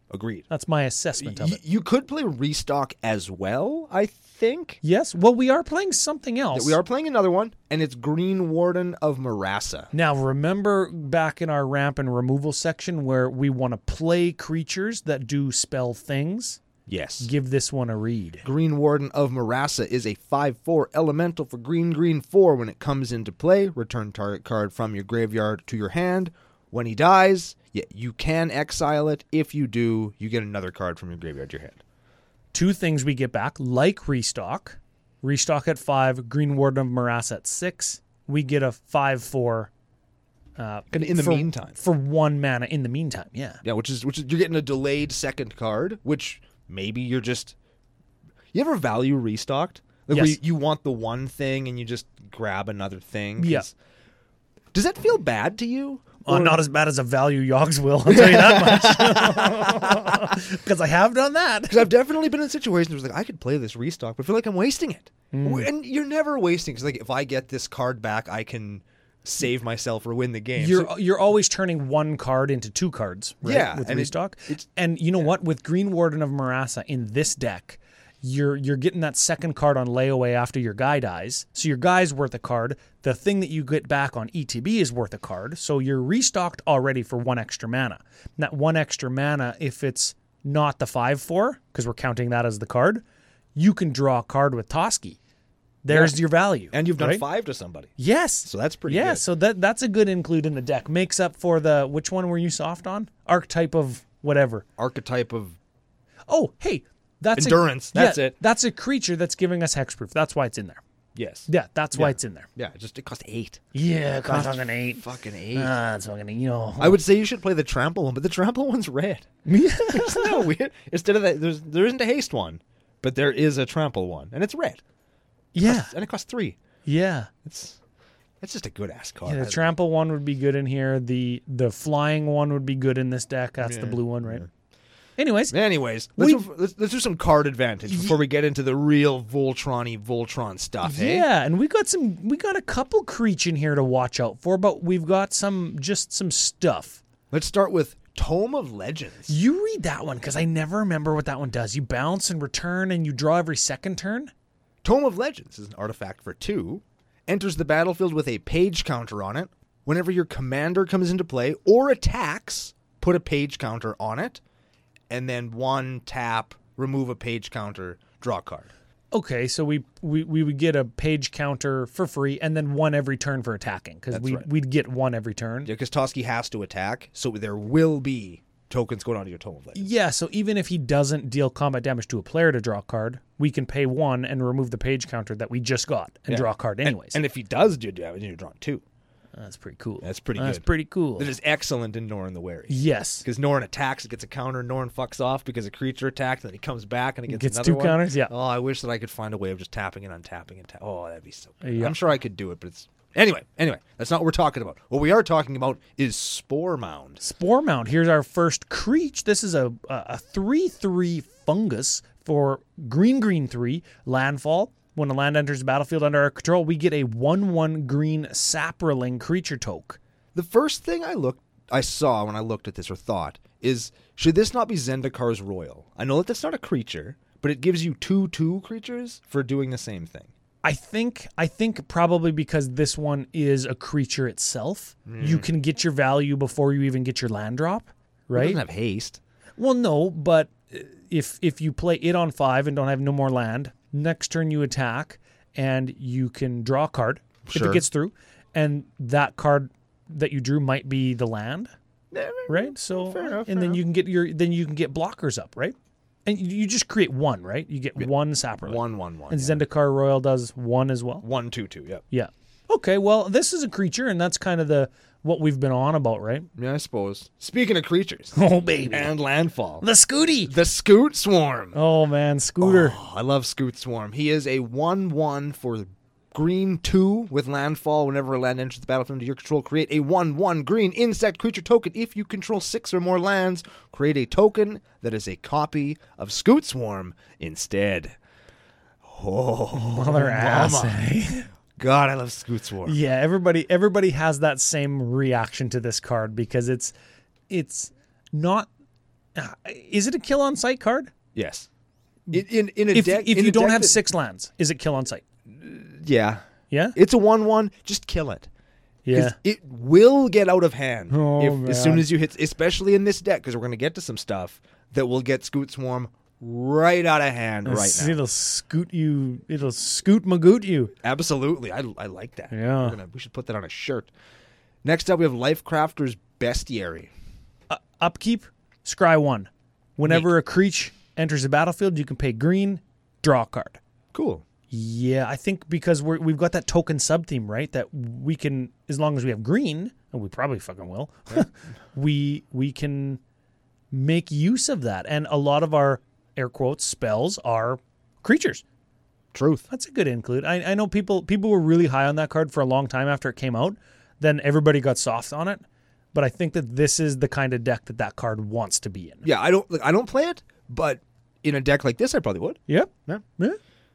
S1: Agreed.
S2: That's my assessment of
S1: Y-
S2: it.
S1: you could play restock as well, I think.
S2: Yes. Well, we are playing something else.
S1: We are playing another one, and it's Green Warden of Marassa.
S2: Now, remember back in our ramp and removal section where we want to play creatures that do spell things?
S1: Yes.
S2: Give this one a read.
S1: Green Warden of Marassa is a 5 4 elemental for green, green 4 when it comes into play. Return target card from your graveyard to your hand. When he dies, yeah, you can exile it. If you do, you get another card from your graveyard to your hand.
S2: Two things we get back, like restock. Restock at five, Green Warden of Morass at six. We get a 5 4. Uh,
S1: And in the
S2: for-
S1: meantime.
S2: For one mana in the meantime, yeah.
S1: Yeah, which is which is you're getting a delayed second card, which maybe you're just you ever value restocked? Like where
S2: Yes.
S1: you, you want the one thing and you just grab another thing. 'cause-
S2: Yeah.
S1: Does that feel bad to you?
S2: Uh, not as bad as a value Yogs will, I'll tell you that much. Because I have done that.
S1: Because I've definitely been in situations where it's like I could play this restock, but I feel like I'm wasting it.
S2: Mm.
S1: And you're never wasting because like if I get this card back, I can save myself or win the game.
S2: You're
S1: So-
S2: you're always turning one card into two cards, right?
S1: Yeah,
S2: with
S1: and it-
S2: restock.
S1: it's-
S2: and you know what? With Green Warden of Marassa in this deck, you're you're getting that second card on layaway after your guy dies. So your guy's worth a card. The thing that you get back on ETB is worth a card. So you're restocked already for one extra mana. And that one extra mana, if it's not the five four, because we're counting that as the card, you can draw a card with Toski. There's your value.
S1: and you've done
S2: right?
S1: five to somebody.
S2: Yes.
S1: So that's pretty
S2: Yeah,
S1: good.
S2: so that that's a good include in the deck. Makes up for the which one were you soft on? Archetype of whatever.
S1: Archetype of
S2: Oh, hey, that's a-
S1: Endurance,
S2: yeah,
S1: that's it.
S2: That's a creature that's giving us hexproof. That's why it's in there.
S1: yes.
S2: Yeah, that's why it's in there.
S1: Yeah, it just it cost eight.
S2: Yeah, cost fucking eight.
S1: Fucking eight.
S2: Ah, it's fucking eight, you know.
S1: I would say you should play the trample one, but the trample one's red. Isn't that weird? Instead of that, there's, there isn't a haste one, but there is a trample one, and it's red,
S2: yeah,
S1: and it costs three.
S2: yeah.
S1: It's it's just a good ass card.
S2: The trample one would be good in here. The the flying one would be good in this deck. That's the blue one, right? Anyways,
S1: Anyways, let's,
S2: We-
S1: do, let's, let's do some card advantage before we get into the real Voltron-y Voltron stuff. Hey?
S2: Yeah, and we got some we got a couple creech in here to watch out for, but we've got some just some stuff.
S1: Let's start with Tome of Legends.
S2: You read that one because I never remember what that one does. You bounce and return and you draw every second turn?
S1: Tome of Legends is an artifact for two. Enters the battlefield with a page counter on it. Whenever your commander comes into play or attacks, put a page counter on it. And then one tap, remove a page counter, draw a card.
S2: Okay, so we we, we would get a page counter for free and then one every turn for attacking because we we'd get one every turn.
S1: Yeah, because Toski has to attack, so there will be tokens going onto your Tome of Legends.
S2: Yeah, so even if he doesn't deal combat damage to a player to draw a card, we can pay one and remove the page counter that we just got and draw a card anyways.
S1: And if he does do damage, you're drawn two.
S2: that's pretty cool.
S1: That's pretty
S2: That's
S1: good.
S2: pretty cool.
S1: That is excellent in Norn the Wary.
S2: Yes.
S1: Because Norn attacks, it gets a counter, Norn fucks off because a creature attacked, then he comes back and it gets,
S2: Gets
S1: another
S2: two
S1: one.
S2: counters, yeah.
S1: Oh, I wish that I could find a way of just tapping and untapping and ta- oh, that'd be so good.
S2: Yeah.
S1: I'm sure I could do it, but it's anyway, anyway, that's not what we're talking about. What we are talking about is Spore Mound.
S2: Spore Mount. Here's our first creature. This is a a three three fungus for green green three landfall. When a land enters the battlefield under our control, we get a one one green sapperling creature toke.
S1: The first thing I looked I saw when I looked at this or thought is should this not be Zendikar's Royal? I know that that's not a creature, but it gives you two two creatures for doing the same thing.
S2: I think I think probably because this one is a creature itself, you can get your value before you even get your land drop,
S1: It
S2: right?
S1: doesn't have haste.
S2: Well, no, but uh, if if you play it on five and don't have no more land, next turn you attack and you can draw a card if
S1: Sure.
S2: it gets through, and that card that you drew might be the land, right? So
S1: enough,
S2: and
S1: fair
S2: then you can get your then you can get blockers up, right? And you you just create one, right? You get one sapper.
S1: One, one, one.
S2: And
S1: yeah.
S2: Zendikar Royal does one as well.
S1: One, two, two. Yep.
S2: Yeah. Okay. Well, this is a creature, and that's kind of the what we've been on about, right?
S1: Yeah, I suppose. Speaking of creatures
S2: Oh baby,
S1: and landfall,
S2: the Scooty.
S1: the Scoot Swarm.
S2: Oh man, Scooter.
S1: Oh, I love Scoot Swarm. He is a 1 1 for green 2 with landfall. Whenever a land enters the battlefield under your control, create a 1 1 green insect creature token. If you control 6 or more lands, create a token that is a copy of Scoot Swarm instead. Oh,
S2: Mother ass.
S1: mama.
S2: eh?
S1: God, I love Scoot Swarm.
S2: yeah, everybody everybody has that same reaction to this card because it's it's not ah, is it a kill on sight card?
S1: Yes. In, in, in a
S2: If,
S1: deck,
S2: if
S1: in
S2: you
S1: a
S2: don't
S1: deck
S2: have
S1: that-
S2: six lands, is it kill on sight?
S1: yeah,
S2: Yeah?
S1: it's a one-one. Just kill it. 'Cause
S2: yeah.
S1: It will get out of hand
S2: Oh,
S1: if, as soon
S2: man.
S1: as you hit, especially in this deck, because we're going to get to some stuff that will get Scoot Swarm right out of hand right now.
S2: It'll scoot you it'll scoot magoot you.
S1: Absolutely. I, I like that. We're
S2: Yeah.
S1: gonna- we should put that on a shirt. Next up, we have Lifecrafter's Bestiary.
S2: upkeep, scry one. Whenever a creature enters the battlefield, you can pay green, draw a card.
S1: Cool.
S2: Yeah, I think because we're, we've got that token sub theme, right? That we can, as long as we have green, and we probably fucking will, we we can make use of that. And a lot of our air quotes spells are creatures.
S1: Truth.
S2: That's a good include. I, I know people people were really high on that card for a long time after it came out. Then everybody got soft on it, but I think that this is the kind of deck that that card wants to be in.
S1: Yeah, I don't like, I don't play it, but in a deck like this, I probably would.
S2: Yep.
S1: Yeah.
S2: Yeah.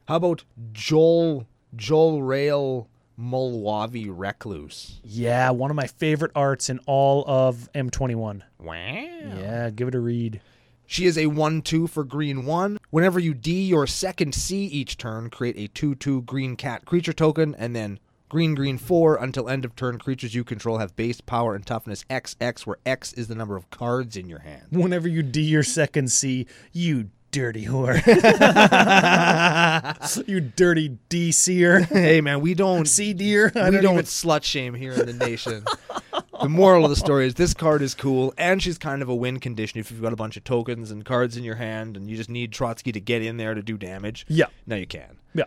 S1: How about Joel Joel Rail Mulwavi Recluse?
S2: Yeah, one of my favorite arts in all of M21.
S1: Wow.
S2: Yeah, give it a read.
S1: She is a 1 2 for green 1. Whenever you D your second C each turn, create a 2 2 green cat creature token, and then green green 4 until end of turn. Creatures you control have base power and toughness XX, where X is the number of cards in your hand.
S2: Whenever you D your second C, you dirty whore. you dirty DCer.
S1: Hey, man, we don't.
S2: C deer. I
S1: we
S2: don't,
S1: don't
S2: even-
S1: slut shame here in the nation. the moral of the story is this card is cool, and she's kind of a win condition if you've got a bunch of tokens and cards in your hand, and you just need Trotsky to get in there to do damage.
S2: Yeah.
S1: Now you can.
S2: Yeah.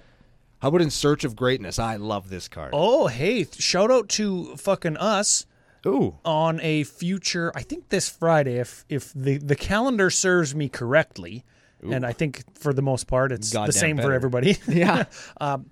S1: How about In Search of Greatness? I love this card.
S2: Oh, hey, th- shout out to fucking us
S1: Ooh.
S2: on a future, I think this Friday, if if the, the calendar serves me correctly, and I think for the most part it's
S1: Goddamn
S2: the same
S1: better.
S2: for everybody.
S1: Yeah.
S2: um,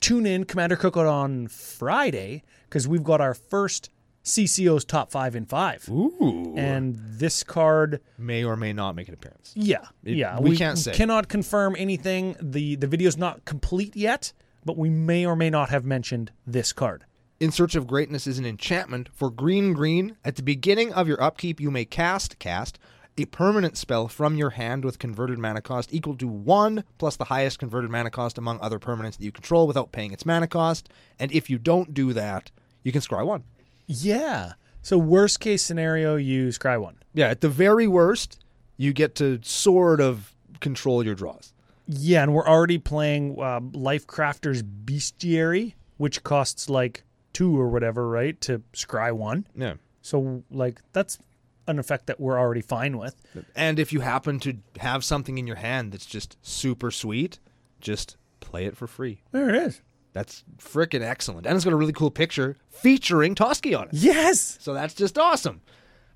S2: tune in Commander Cookout on Friday because we've got our first CCO's top five in five,
S1: Ooh.
S2: and this card,
S1: may or may not make an appearance.
S2: yeah, yeah,
S1: we can't say.
S2: cannot confirm anything. the The video's not complete yet, but we may or may not have mentioned this card.
S1: In Search of Greatness is an enchantment for green green. At the beginning of your upkeep, you may cast cast a permanent spell from your hand with converted mana cost equal to 1 plus the highest converted mana cost among other permanents that you control without paying its mana cost, and if you don't do that, you can scry 1.
S2: Yeah. So worst case scenario, you scry one.
S1: Yeah, at the very worst, you get to sort of control your draws.
S2: Yeah, and we're already playing uh, Lifecrafter's Bestiary, which costs like two or whatever, right? To scry one.
S1: Yeah.
S2: So like that's an effect that we're already fine with.
S1: And if you happen to have something in your hand that's just super sweet, just play it for free.
S2: There it is.
S1: That's freaking excellent. And it's got a really cool picture featuring Toski on it.
S2: Yes.
S1: So that's just awesome.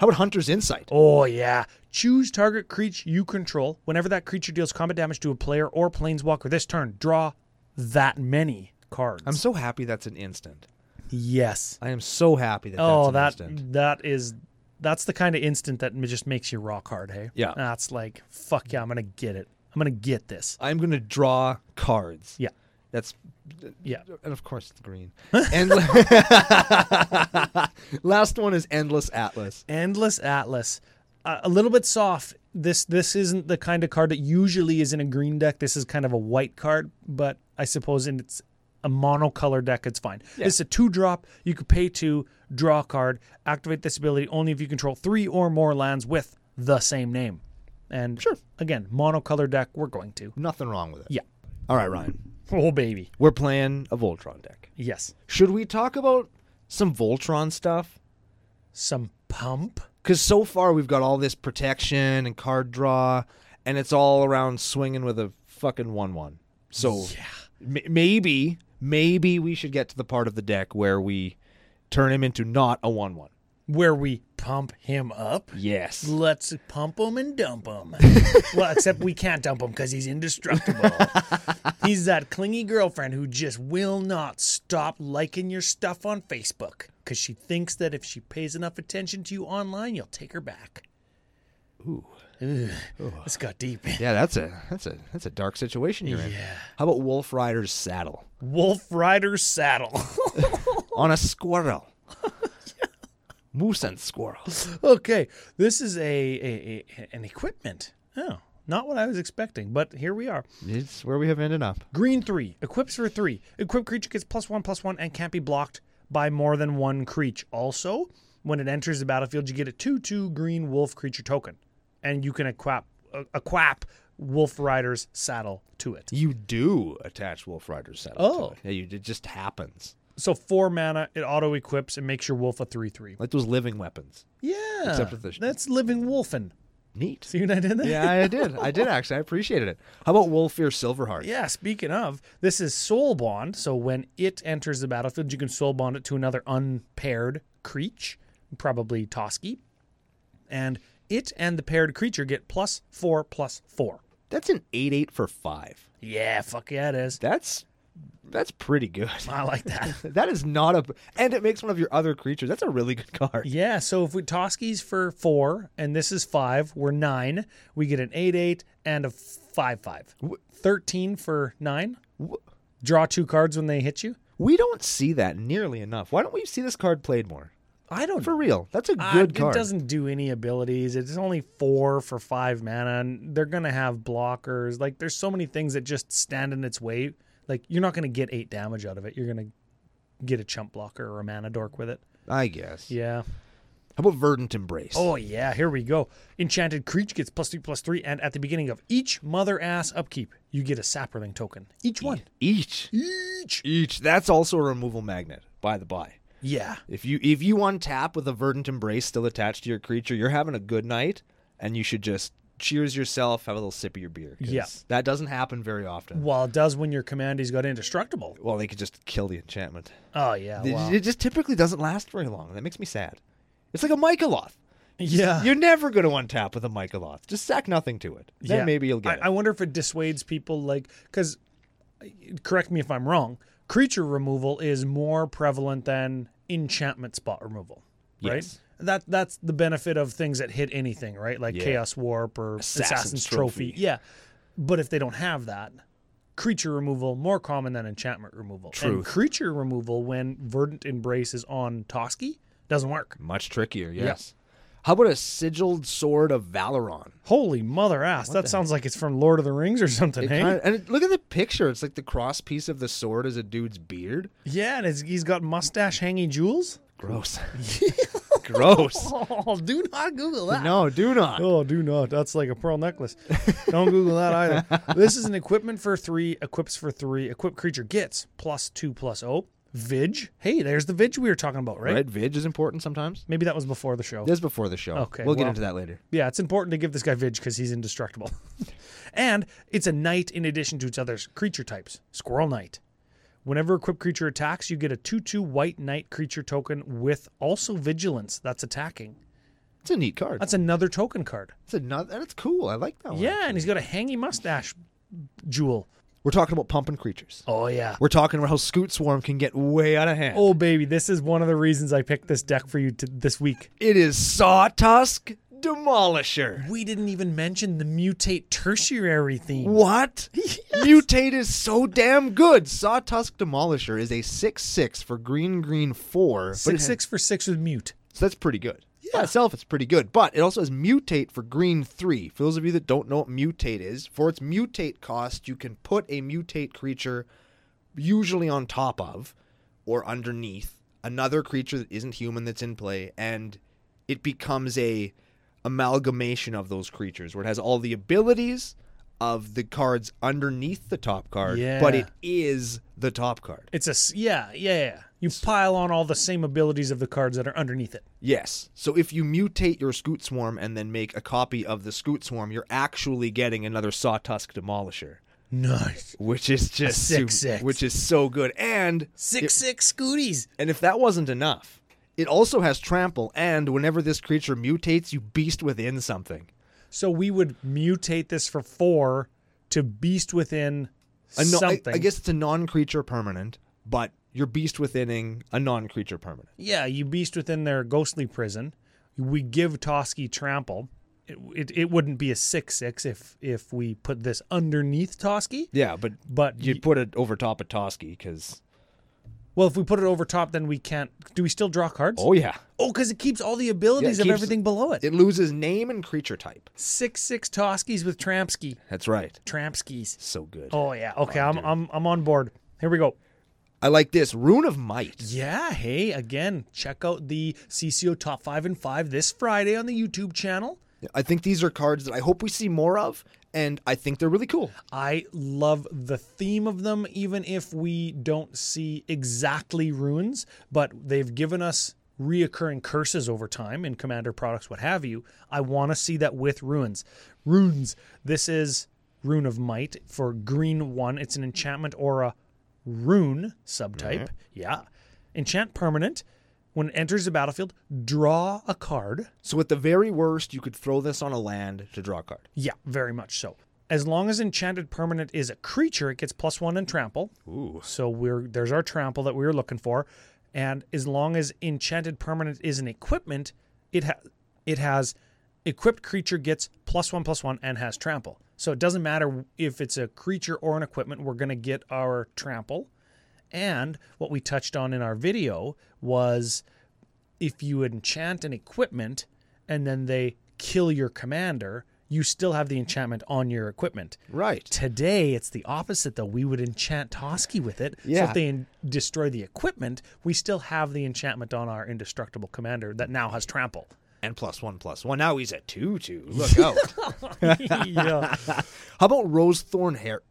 S1: How about Hunter's Insight?
S2: Oh yeah. Choose target creature you control. Whenever that creature deals combat damage to a player or planeswalker this turn, draw that many cards.
S1: I'm so happy that's an instant.
S2: yes.
S1: I am so happy that
S2: oh,
S1: that's
S2: that
S1: an instant.
S2: that is that's the kind of instant that m- just makes you rock hard, hey?
S1: Yeah.
S2: That's like fuck yeah, I'm gonna get it. I'm gonna get this.
S1: I'm going to draw cards.
S2: Yeah.
S1: That's,
S2: Yeah.
S1: and of course, it's green. and last one is Endless Atlas.
S2: Endless Atlas. Uh, a little bit soft. This this isn't the kind of card that usually is in a green deck. This is kind of a white card, but I suppose in its a monocolor deck, it's fine. This is a two drop. You could pay two, draw a card, activate this ability only if you control three or more lands with the same name. And sure. again, monocolor deck, we're going to.
S1: Nothing wrong with it.
S2: Yeah.
S1: All right, Ryan.
S2: Oh, baby.
S1: We're playing a Voltron deck.
S2: Yes.
S1: Should we talk about some Voltron stuff?
S2: Some pump.
S1: Because so far we've got all this protection and card draw, and it's all around swinging with a fucking 1 1. So m- maybe, maybe we should get to the part of the deck where we turn him into not a 1 1.
S2: Where we pump him up.
S1: Yes.
S2: Let's pump him and dump him. well, except we can't dump him because he's indestructible. he's that clingy girlfriend who just will not stop liking your stuff on Facebook because she thinks that if she pays enough attention to you online, you'll take her back. Ooh. This got deep.
S1: Yeah, that's a that's a that's a dark situation you're in.
S2: Yeah.
S1: How about Wolf Rider's saddle
S2: Wolf Rider Saddle.
S1: on a squirrel? Moose and squirrel.
S2: okay, this is a, a, a an equipment. Oh, not what I was expecting, but here we are.
S1: It's where we have ended up.
S2: Green three equips for three. Equipped creature gets plus one plus one and can't be blocked by more than one creature. Also, when it enters the battlefield, you get a two two green wolf creature token, and you can equip uh, equip Wolf Rider's saddle to it.
S1: You do attach Wolf Rider's saddle.
S2: Oh.
S1: to it. Yeah, you, it just happens.
S2: So four mana, it auto equips and makes your wolf a three three.
S1: Like those living weapons.
S2: Yeah,
S1: Except with the-
S2: that's living wolfin.
S1: Neat.
S2: See what I did there?
S1: Yeah, I did. I did actually. I appreciated it. How about Wolfear Silverheart?
S2: Yeah, speaking of, this is soul bond. So when it enters the battlefield, you can soul bond it to another unpaired creature, probably Toski. And it and the paired creature get plus four plus four.
S1: That's an eight eight for five.
S2: Yeah, fuck yeah, it is.
S1: That's that's pretty good.
S2: I like that.
S1: That is not a and it makes one of your other creatures. That's a really good card.
S2: yeah, so if we Toski's for four and this is five, we're nine. We get an eight eight and a five five. Thirteen for nine. Draw two cards when they hit you.
S1: We don't see that nearly enough. Why don't we see this card played more?
S2: I don't
S1: For real. That's a
S2: Uh,
S1: good card.
S2: It doesn't do any abilities. It's only four for five mana, and they're gonna have blockers. Like there's so many things that just stand in its way. Like you're not gonna get eight damage out of it. You're gonna get a chump blocker or a mana dork with it.
S1: I guess.
S2: Yeah.
S1: How about Verdant Embrace?
S2: Oh yeah, here we go. Enchanted creature gets plus three plus three, and at the beginning of each mother ass upkeep, you get a sapperling token. Each one.
S1: Each.
S2: Each.
S1: Each. That's also a removal magnet, by the by.
S2: Yeah.
S1: If you if you untap with a verdant embrace still attached to your creature, you're having a good night, and you should just cheers yourself, have a little sip of your beer. 'cause
S2: Yeah.
S1: that doesn't happen very often.
S2: Well, it does when your commandee's got indestructible.
S1: Well, they could just kill the enchantment.
S2: Oh yeah.
S1: It-
S2: Wow.
S1: It just typically doesn't last very long. That makes me sad. It's like a Mycaloth.
S2: Yeah.
S1: You're never going to untap with a Mycaloth. Just sack nothing to it. Then maybe you'll get
S2: I, I wonder if it dissuades people, like, because correct me if I'm wrong. Creature removal is more prevalent than enchantment spot removal, right?
S1: Yes.
S2: That that's the benefit of things that hit anything, right? Like Chaos Warp or Assassin's,
S1: Assassin's
S2: Trophy.
S1: Trophy.
S2: Yeah, but if they don't have that. Creature removal more common than enchantment removal.
S1: True.
S2: And creature removal when Verdant Embrace is on Toski doesn't work.
S1: it. Much trickier, yes. How about a sigiled sword of Valoron?
S2: Holy mother ass! that sounds like it's from Lord of the Rings or something. hey?
S1: Kinda- and it- look at the picture. It's like the cross piece of the sword is a dude's beard.
S2: Yeah, and it's, he's got mustache hanging jewels.
S1: Gross. Gross.
S2: Oh, do not Google that.
S1: No, do not.
S2: Oh, do not. That's like a pearl necklace. Don't Google that either. This is an equipment for three, equips for three, equipped creature gets plus two plus oh. Vig. Hey, there's the Vig we were talking about, right?
S1: Right? Vidge is important sometimes.
S2: Maybe that was before the show.
S1: This is before the show.
S2: Okay,
S1: We'll get
S2: well-
S1: into that later.
S2: Yeah, it's important to give this guy Vig because he's indestructible. and it's a knight in addition to its other creature types. Squirrel Knight. Whenever equipped creature attacks, you get a 2 2 white knight creature token with also vigilance that's attacking.
S1: It's a neat card.
S2: That's another token card.
S1: It's another, and it's cool. I like that one.
S2: Yeah, and he's got a hangy mustache jewel.
S1: We're talking about pumping creatures.
S2: Oh yeah.
S1: We're talking about how Scoot Swarm can get way out of hand.
S2: Oh baby, this is one of the reasons I picked this deck for you to, this week.
S1: It is Sawtusk Demolisher.
S2: We didn't even mention the mutate tertiary theme.
S1: What? Mutate is so damn good. Sawtusk Demolisher is a 6 6 for green, green 4. but it
S2: Six six for six with mute.
S1: So that's pretty good. By itself, it's pretty good. But it also has mutate for green three. For those of you that don't know what mutate is, for its mutate cost, you can put a mutate creature usually on top of or underneath another creature that isn't human that's in play and it becomes a amalgamation of those creatures where it has all the abilities of the cards underneath the top card but
S2: Yeah.
S1: it is the top card
S2: It's a s- yeah, yeah, yeah. You pile on all the same abilities of the cards that are underneath it.
S1: Yes. So if you mutate your Scoot Swarm and then make a copy of the Scoot Swarm, you're actually getting another Sawtusk Demolisher,
S2: Nice.
S1: which is just
S2: sick
S1: su-
S2: six.
S1: which is so good. And
S2: Six six scooties.
S1: and if that wasn't enough, it also has Trample. And whenever this creature mutates, you beast within something.
S2: So we would mutate this for four to beast within
S1: A no- I-
S2: something.
S1: I, guess it's a non-creature permanent, but you're beast withining a non-creature permanent.
S2: Yeah, you beast within their ghostly prison. We give Toski trample. It, it, it wouldn't be a six six if if we put this underneath Toski.
S1: Yeah, but
S2: But
S1: you'd put it over top of Toski because
S2: well, if we put it over top, then we can't. Do we still draw cards?
S1: oh yeah,
S2: Oh, because it keeps all the abilities of
S1: keeps-
S2: everything below it.
S1: it loses name and creature type.
S2: Six six Toskis with Trampski.
S1: That's right.
S2: Trampskis.
S1: So good.
S2: Oh yeah. Okay, I'm I'm I'm on board. Here we go.
S1: I like this Rune of Might.
S2: Yeah, hey, again, check out the CCO Top 5 and 5 this Friday on the YouTube channel.
S1: I think these are cards that I hope we see more of, and I think they're really cool.
S2: I love the theme of them, even if we don't see exactly runes, but they've given us reoccurring curses over time in commander products, what have you. I want to see that with runes. Runes. This is Rune of Might for green one. It's an enchantment aura rune subtype. Yeah. Enchant permanent. When it enters the battlefield, draw a card.
S1: So, at the very worst, you could throw this on a land to draw a card.
S2: Yeah, very much so. As long as enchanted permanent is a creature, it gets plus one in trample. Ooh. So we're there's our trample that we were looking for, and as long as enchanted permanent is an equipment, it ha- it has equipped creature gets plus one plus one and has trample. So it doesn't matter if it's a creature or an equipment, we're gonna get our trample. And what we touched on in our video was if you enchant an equipment and then they kill your commander, you still have the enchantment on your equipment.
S1: Right.
S2: Today, it's the opposite, though. We would enchant Toski with it. So
S1: Yeah.
S2: if they en- destroy the equipment, we still have the enchantment on our indestructible commander that now has trample.
S1: And plus one, plus one. Now he's a two, two. Look out.
S2: yeah.
S1: How about Rose Thorn Her-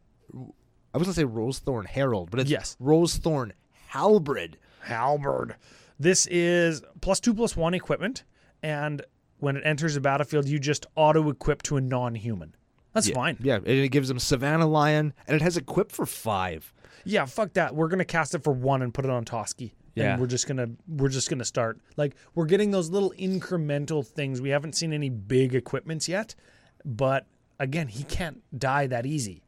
S1: I was going to say Rose Thorn Herald, but it's
S2: Yes.
S1: Rose Thorn Halberd.
S2: Halberd. This is plus two, plus one equipment. And when it enters the battlefield, you just auto equip to a non human. That's fine.
S1: Yeah, and it gives him Savannah Lion, and it has equip for five.
S2: Yeah, fuck that. We're gonna cast it for one and put it on Toski.
S1: Yeah.
S2: And we're just gonna we're just gonna start. Like we're getting those little incremental things. We haven't seen any big equipments yet, but again, he can't die that easy.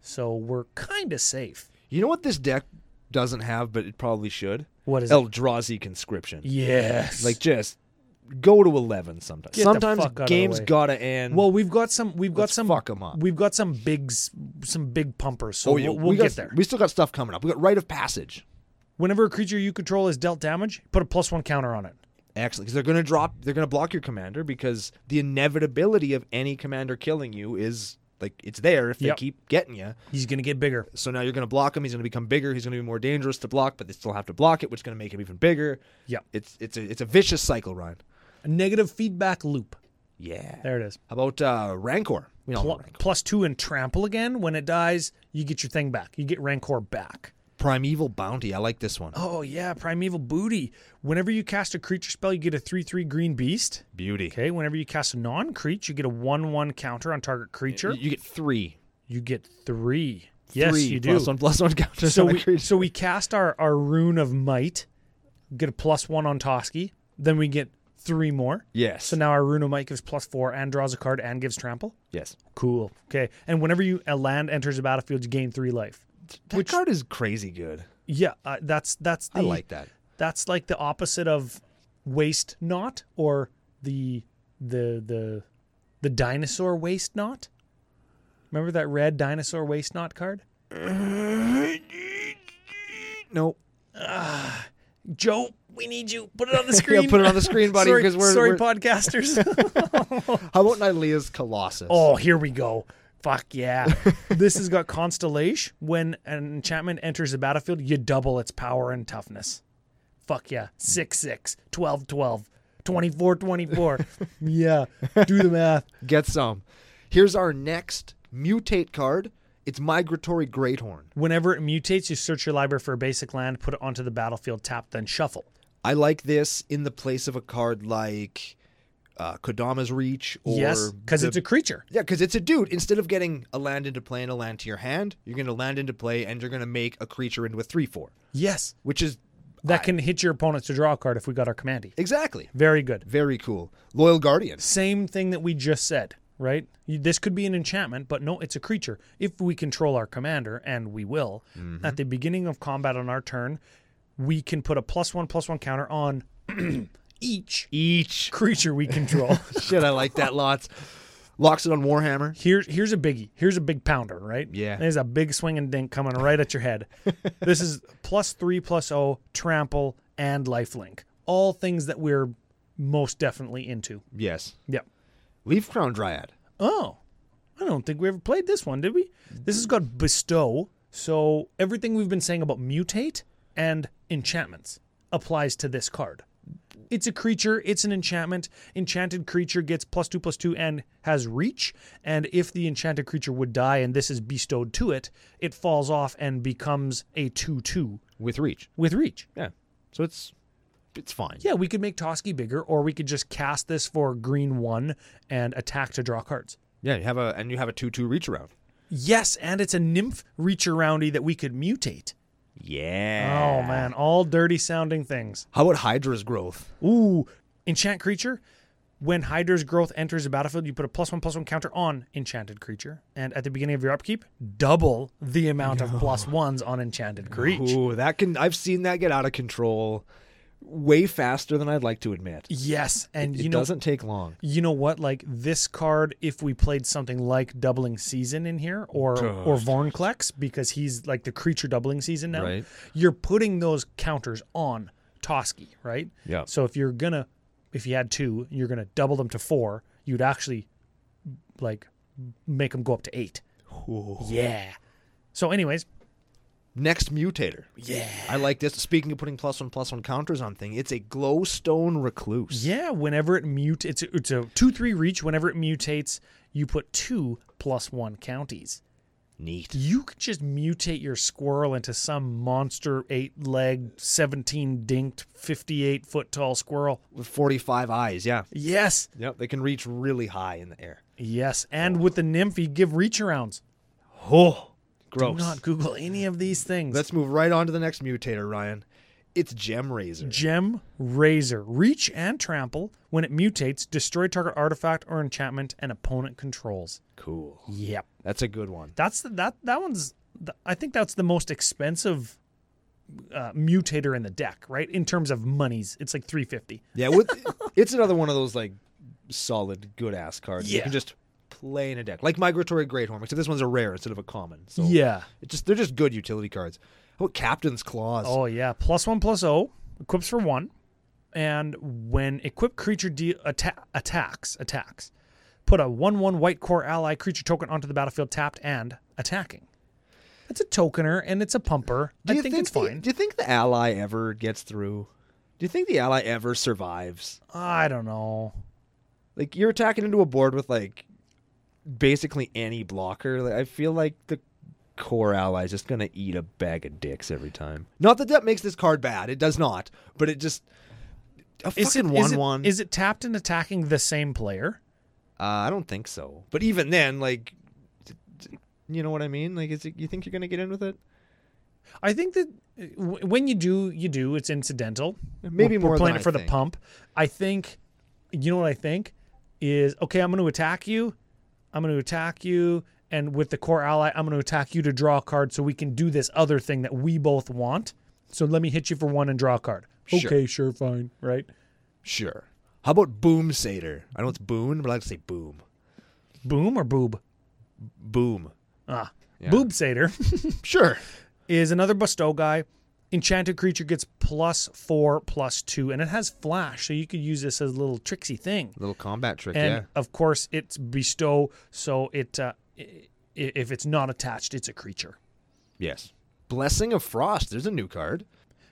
S2: So we're kinda safe.
S1: You know what this deck doesn't have, but it probably should?
S2: What is it?
S1: Eldrazi Conscription.
S2: Yes.
S1: Like, just go to 11 sometimes.
S2: the
S1: sometimes
S2: fuck out of the
S1: games
S2: way.
S1: gotta end.
S2: well, we've got some. We've got
S1: Let's
S2: some.
S1: fuck 'em up.
S2: We've got some big, s- some big pumpers. So
S1: Oh, yeah,
S2: we'll, we'll
S1: we
S2: get
S1: got,
S2: there.
S1: We still got stuff coming up. We got rite of passage.
S2: Whenever a creature you control is dealt damage, put a plus one counter on it.
S1: Excellent, because they're going to drop. They're going to block your commander because the inevitability of any commander killing you is like it's there if they
S2: Yep.
S1: keep getting you.
S2: He's gonna get bigger.
S1: So now you're going to block him. He's going to become bigger. He's going to be more dangerous to block, but they still have to block it, which is going to make him even bigger.
S2: Yep.
S1: It's it's a it's a vicious cycle, Ryan.
S2: A negative feedback loop.
S1: Yeah.
S2: There it is.
S1: How about uh, Rancor? We all know
S2: Pl-
S1: Rancor.
S2: plus two and trample again. When it dies, you get your thing back. You get Rancor back.
S1: Primeval Bounty. I like this one.
S2: Oh yeah, primeval booty. Whenever you cast a creature spell, you get a three-three green beast.
S1: Beauty.
S2: Okay. Whenever you cast a non-creature, you get a one-one counter on target
S1: You,
S2: creature.
S1: you get three.
S2: You get three. Yes,
S1: three
S2: you do.
S1: plus one plus one counters
S2: so
S1: on a
S2: we
S1: creature.
S2: so we cast our our rune of might, get a plus one on Toski. Then we get three more.
S1: Yes.
S2: So now our rune of might gives plus four and draws a card and gives trample.
S1: yes.
S2: Cool. Okay. And whenever you a land enters the battlefield, you gain three life.
S1: That card is crazy good.
S2: Yeah, uh, that's that's the
S1: I like that.
S2: that's like the opposite of waste knot or the the the the dinosaur waste knot. Remember that red dinosaur waste knot card?
S1: Nope.
S2: Joe, we need you. Put it on the screen.
S1: put it on the screen, buddy,
S2: sorry,
S1: 'cause we're-
S2: sorry,
S1: we're-
S2: podcasters.
S1: How about Nylea's Colossus?
S2: oh, here we go. Fuck yeah. this has got Constellation. When an enchantment enters the battlefield, you double its power and toughness. Fuck yeah. 6 6, 12 12, 24 24. yeah. Do the math.
S1: Get some. Here's our next mutate card. It's Migratory Great Horn.
S2: Whenever it mutates, you search your library for a basic land, put it onto the battlefield, tap, then shuffle.
S1: I like this in the place of a card like uh, Kodama's Reach or
S2: yes, because
S1: the-
S2: it's a creature.
S1: Yeah, because it's a dude. Instead of getting a land into play and a land to your hand, you're going to land into play and you're going to make a creature into a 3 4,
S2: Yes.
S1: which is
S2: That can hit your opponent to draw a card if we got our commandy.
S1: exactly
S2: Very good.
S1: very cool. Loyal Guardian.
S2: Same thing that we just said, right? You, this could be an enchantment, but no, it's a creature. If we control our commander, and we will, at the beginning of combat on our turn, we can put a plus one, plus one counter on each
S1: Each.
S2: creature we control.
S1: Shit, I like that lots. Locks it on Warhammer.
S2: Here, here's a biggie. Here's a big pounder, right?
S1: Yeah.
S2: There's a big swing and dink coming right at your head. this is plus three, plus O, trample, and lifelink. All things that we're most definitely into.
S1: Yes.
S2: Yep.
S1: Leaf Crown Dryad.
S2: Oh, I don't think we ever played this one, did we? This has got bestow. So everything we've been saying about mutate and enchantments applies to this card. It's a creature. It's an enchantment. Enchanted creature gets plus two plus two and has reach. And if the enchanted creature would die and this is bestowed to it, it falls off and becomes a two two
S1: with reach.
S2: with reach.
S1: Yeah. So it's it's fine.
S2: Yeah, we could make Toski bigger, or we could just cast this for green one and attack to draw cards.
S1: Yeah, you have a and you have a two two reach around.
S2: Yes, and it's a nymph reach aroundy that we could mutate.
S1: Yeah.
S2: Oh man, all dirty sounding things.
S1: How about Hydra's growth?
S2: Ooh, enchant creature. When Hydra's growth enters the battlefield, you put a plus one plus one counter on enchanted creature, and at the beginning of your upkeep, double the amount of plus ones on enchanted creature.
S1: Ooh, that can I've seen that get out of control way faster than I'd like to admit.
S2: Yes, and
S1: It
S2: you know
S1: doesn't take long.
S2: you know what? Like this card, if we played something like Doubling Season in here, or or Vornklex, because he's like the creature Doubling Season now,
S1: Right.
S2: you're putting those counters on Toski, right?
S1: Yeah.
S2: So if you're gonna, if you had two, you're gonna double them to four. You'd actually, like, make them go up to eight. Yeah. So, anyways,
S1: Next mutator.
S2: yeah,
S1: I like this. Speaking of putting plus one plus one counters on thing, it's a glowstone recluse.
S2: yeah. Whenever it mute, it's a, it's a two three reach. Whenever it mutates, you put two plus one counties.
S1: Neat.
S2: you could just mutate your squirrel into some monster eight legged, 17 dinked, 58 foot tall squirrel.
S1: With forty five eyes, yeah.
S2: Yes.
S1: Yep. They can reach really high in the air.
S2: Yes. And with the nymph, you give reach arounds.
S1: Oh.
S2: Do
S1: Gross.
S2: not Google any of these things.
S1: Let's move right on to the next mutator, Ryan. It's Gem Razor.
S2: Gem Razor. Reach and trample. When it mutates, destroy target artifact or enchantment an opponent controls.
S1: Cool.
S2: Yep.
S1: That's a good one.
S2: That's the, that that one's. th- I think that's the most expensive uh, mutator in the deck, right? In terms of monies, it's like three fifty.
S1: Yeah, with, it's another one of those like solid good ass cards. You
S2: Yeah.
S1: can just play in a deck like Migratory Great Horn, except this one's a rare instead of a common. So
S2: Yeah.
S1: it just they're just good utility cards. How about Captain's Claws?
S2: Oh yeah, plus one plus O equips for one, and when equipped creature de- atta- attacks attacks, put a one one white core ally creature token onto the battlefield tapped and attacking. It's a tokener and it's a pumper. I
S1: do you
S2: think, it's
S1: the-
S2: fine.
S1: Do you think the ally ever gets through? Do you think the ally ever survives?
S2: I don't know.
S1: Like you're attacking into a board with like basically any blocker. Like, I feel like the core ally is just gonna eat a bag of dicks every time. Not that that makes this card bad. It does not, but it just. A
S2: Is it
S1: fucking
S2: is
S1: one
S2: it-
S1: one.
S2: Is it tapped and attacking the same player?
S1: Uh, I don't think so. But even then, like, d- d- you know what I mean? Like, is it, you think you're gonna get in with it?
S2: I think that uh, w- when you do, you do. It's incidental.
S1: Maybe
S2: we're,
S1: more
S2: We're
S1: than
S2: playing
S1: I
S2: it for
S1: think.
S2: the pump. I think. You know what I think is okay. I'm going to attack you. I'm going to attack you, and with the core ally, I'm going to attack you to draw a card, so we can do this other thing that we both want. So let me hit you for one and draw a card.
S1: Sure.
S2: Okay, sure, fine, right?
S1: Sure. How about Boom Satyr? I know it's Boon, but I like to say Boom.
S2: Boom or boob?
S1: Boom.
S2: Ah, boob satyr.
S1: Sure.
S2: is another bestow guy. Enchanted creature gets plus four, plus two, and it has flash, so you could use this as a little tricksy thing.
S1: Little combat trick,
S2: And
S1: yeah.
S2: of course, it's bestow, so it uh, i- i- if it's not attached, it's a creature.
S1: Yes. Blessing of Frost. There's a new card.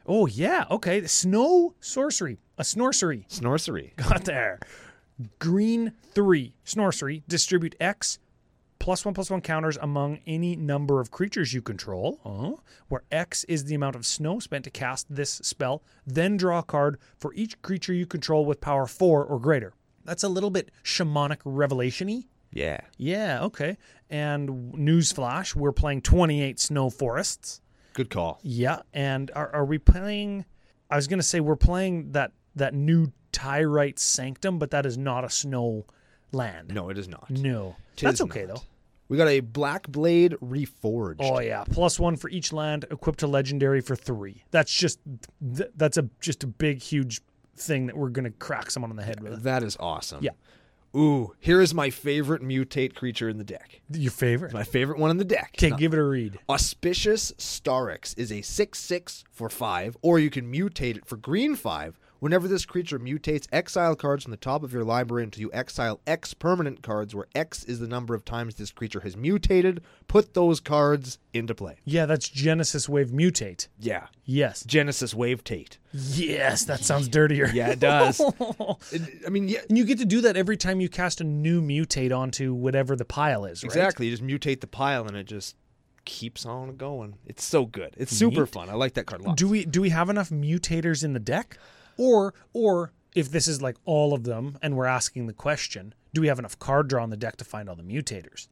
S2: Oh yeah, okay. The snow sorcery, a snorcery.
S1: Snorcery.
S2: Got there. Green three snorcery. Distribute X plus one plus one counters among any number of creatures you control, uh, where X is the amount of snow spent to cast this spell. Then draw a card for each creature you control with power four or greater. That's a little bit shamanic revelationy.
S1: Yeah.
S2: Yeah, okay. And newsflash, we're playing 28 snow forests.
S1: Good call.
S2: Yeah, and are, are we playing? I was gonna say we're playing that that new Tyrite Sanctum, but that is not a snow land.
S1: No, it is not.
S2: no,
S1: Tis
S2: that's okay
S1: not.
S2: though.
S1: We got a Black Blade Reforged.
S2: Oh yeah, plus one for each land equipped to legendary for three. That's just th- that's a just a big huge thing that we're gonna crack someone on the head with.
S1: That is awesome.
S2: Yeah.
S1: Ooh, here is my favorite mutate creature in the deck.
S2: Your favorite?
S1: My favorite one in the deck.
S2: Okay, give it a read.
S1: Auspicious Starix is a 6 6 for 5, or you can mutate it for green 5. Whenever this creature mutates, exile cards from the top of your library until you exile X permanent cards, where X is the number of times this creature has mutated. Put those cards into play.
S2: Yeah, that's Genesis Wave Mutate.
S1: Yeah.
S2: Yes.
S1: Genesis Wave Tate.
S2: Yes, that sounds dirtier.
S1: Yeah, it does. I mean, yeah,
S2: And you get to do that every time you cast a new mutate onto whatever the pile is, right?
S1: exactly. You just mutate the pile and it just keeps on going. It's so good. It's super
S2: Neat.
S1: fun. I like that card a lot.
S2: Do we do we have enough mutators in the deck? Or or if this is like all of them and we're asking the question, do we have enough card draw in the deck to find all the mutators?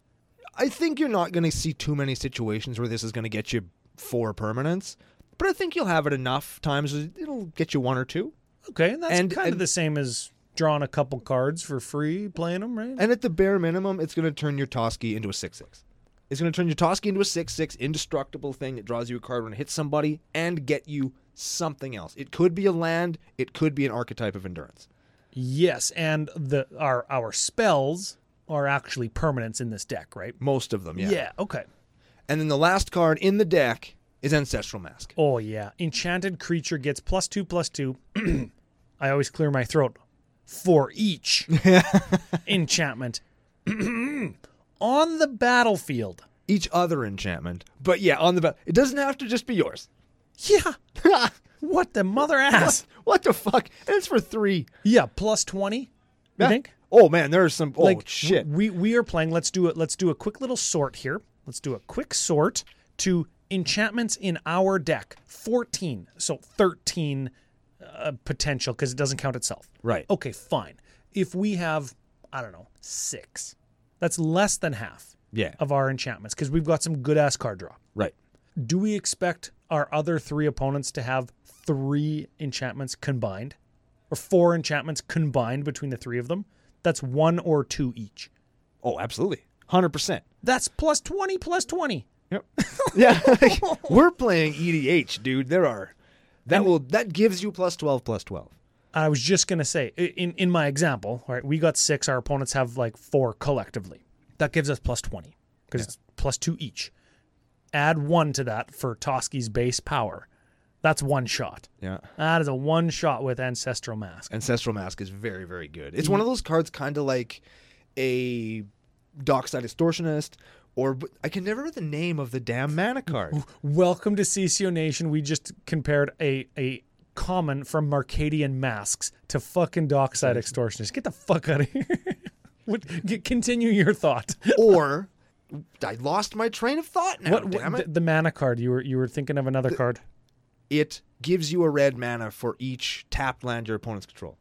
S1: I think you're not going to see too many situations where this is going to get you four permanents, but I think you'll have it enough times. It'll get you one or two.
S2: Okay, and that's
S1: And-
S2: kind of
S1: and-
S2: the same as drawing a couple cards for free, playing them, right?
S1: And at the bare minimum, it's going to turn your Toski into a 6 6. It's going to turn your Toski into a 6 6 indestructible thing that draws you a card when it hits somebody and get you something else. It could be a land, it could be an archetype of endurance.
S2: yes, and the our our spells are actually permanents in this deck, right?
S1: Most of them, yeah.
S2: yeah okay.
S1: And then the last card in the deck is Ancestral Mask.
S2: Oh yeah, enchanted creature gets plus two plus two. I always clear my throat for each enchantment on the battlefield.
S1: Each other enchantment. But yeah, on the back. It doesn't have to just be yours.
S2: Yeah, what the mother ass?
S1: What the fuck? And it's for three.
S2: Yeah, plus twenty. I
S1: Yeah.
S2: think?
S1: Oh man, there's some. Oh
S2: Like
S1: shit.
S2: We we are playing. Let's do it. Let's do a quick little sort here. Let's do a quick sort to enchantments in our deck. Fourteen, so thirteen uh, potential because it doesn't count itself.
S1: Right.
S2: Okay, fine. If we have, I don't know, six, that's less than half
S1: Yeah.
S2: of our enchantments because we've got some good ass card draw.
S1: Right.
S2: Do we expect our other three opponents to have three enchantments combined or four enchantments combined between the three of them? That's one or two each.
S1: Oh, absolutely. Hundred percent.
S2: That's plus 20, plus 20.
S1: Yep. yeah. like, we're playing EDH, dude. There are. That will. That gives you plus twelve, plus twelve.
S2: I was just going to say, i- in, in my example, right, we got six, our opponents have like four collectively. That gives us plus 20 because it's plus two each. Add one to that for Toski's base power. That's one shot.
S1: Yeah.
S2: That is a one shot with Ancestral Mask.
S1: Ancestral Mask is very, very good. It's one of those cards, kind of like a Dockside Distortionist, or I can never remember the name of the damn mana card.
S2: Welcome to CCO Nation. We just compared a, a common from Marcadian Masks to fucking Dockside Extortionist. Get the fuck out of here. What, c- continue your thought.
S1: or I lost my train of thought now.
S2: What,
S1: damn
S2: what
S1: it.
S2: the, the mana card? You were you were thinking of another card?
S1: it gives you a red mana for each tapped land your opponents control.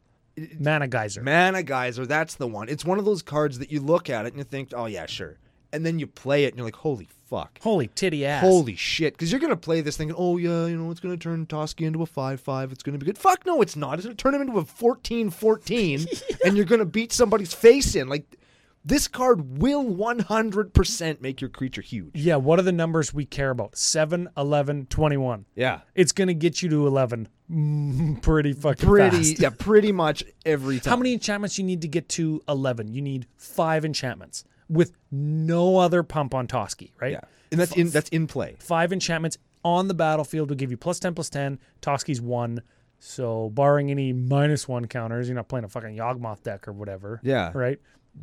S2: Mana geyser.
S1: Mana Geyser, that's the one. It's one of those cards that you look at it and you think, oh, yeah, sure. And then you play it and you're like, holy fuck.
S2: Holy titty ass.
S1: Holy shit. Because you're going to play this thinking, oh, yeah, you know, it's going to turn Toski into a 5 5. It's going to be good. Fuck, no, it's not. It's going to turn him into a 14 14 and you're going to beat somebody's face in. Like, this card will 100% make your creature huge.
S2: Yeah, what are the numbers we care about? 7, 11, 21.
S1: Yeah.
S2: It's going to get you to 11 mm, pretty fucking
S1: Pretty,
S2: fast.
S1: yeah, pretty much every time.
S2: How many enchantments you need to get to 11? You need 5 enchantments with no other pump on Toski, right?
S1: Yeah. And that's in that's in play.
S2: 5 enchantments on the battlefield will give you plus 10 plus 10. Toski's 1. So barring any minus 1 counters, you're not playing a fucking Yawgmoth deck or whatever.
S1: Yeah.
S2: Right?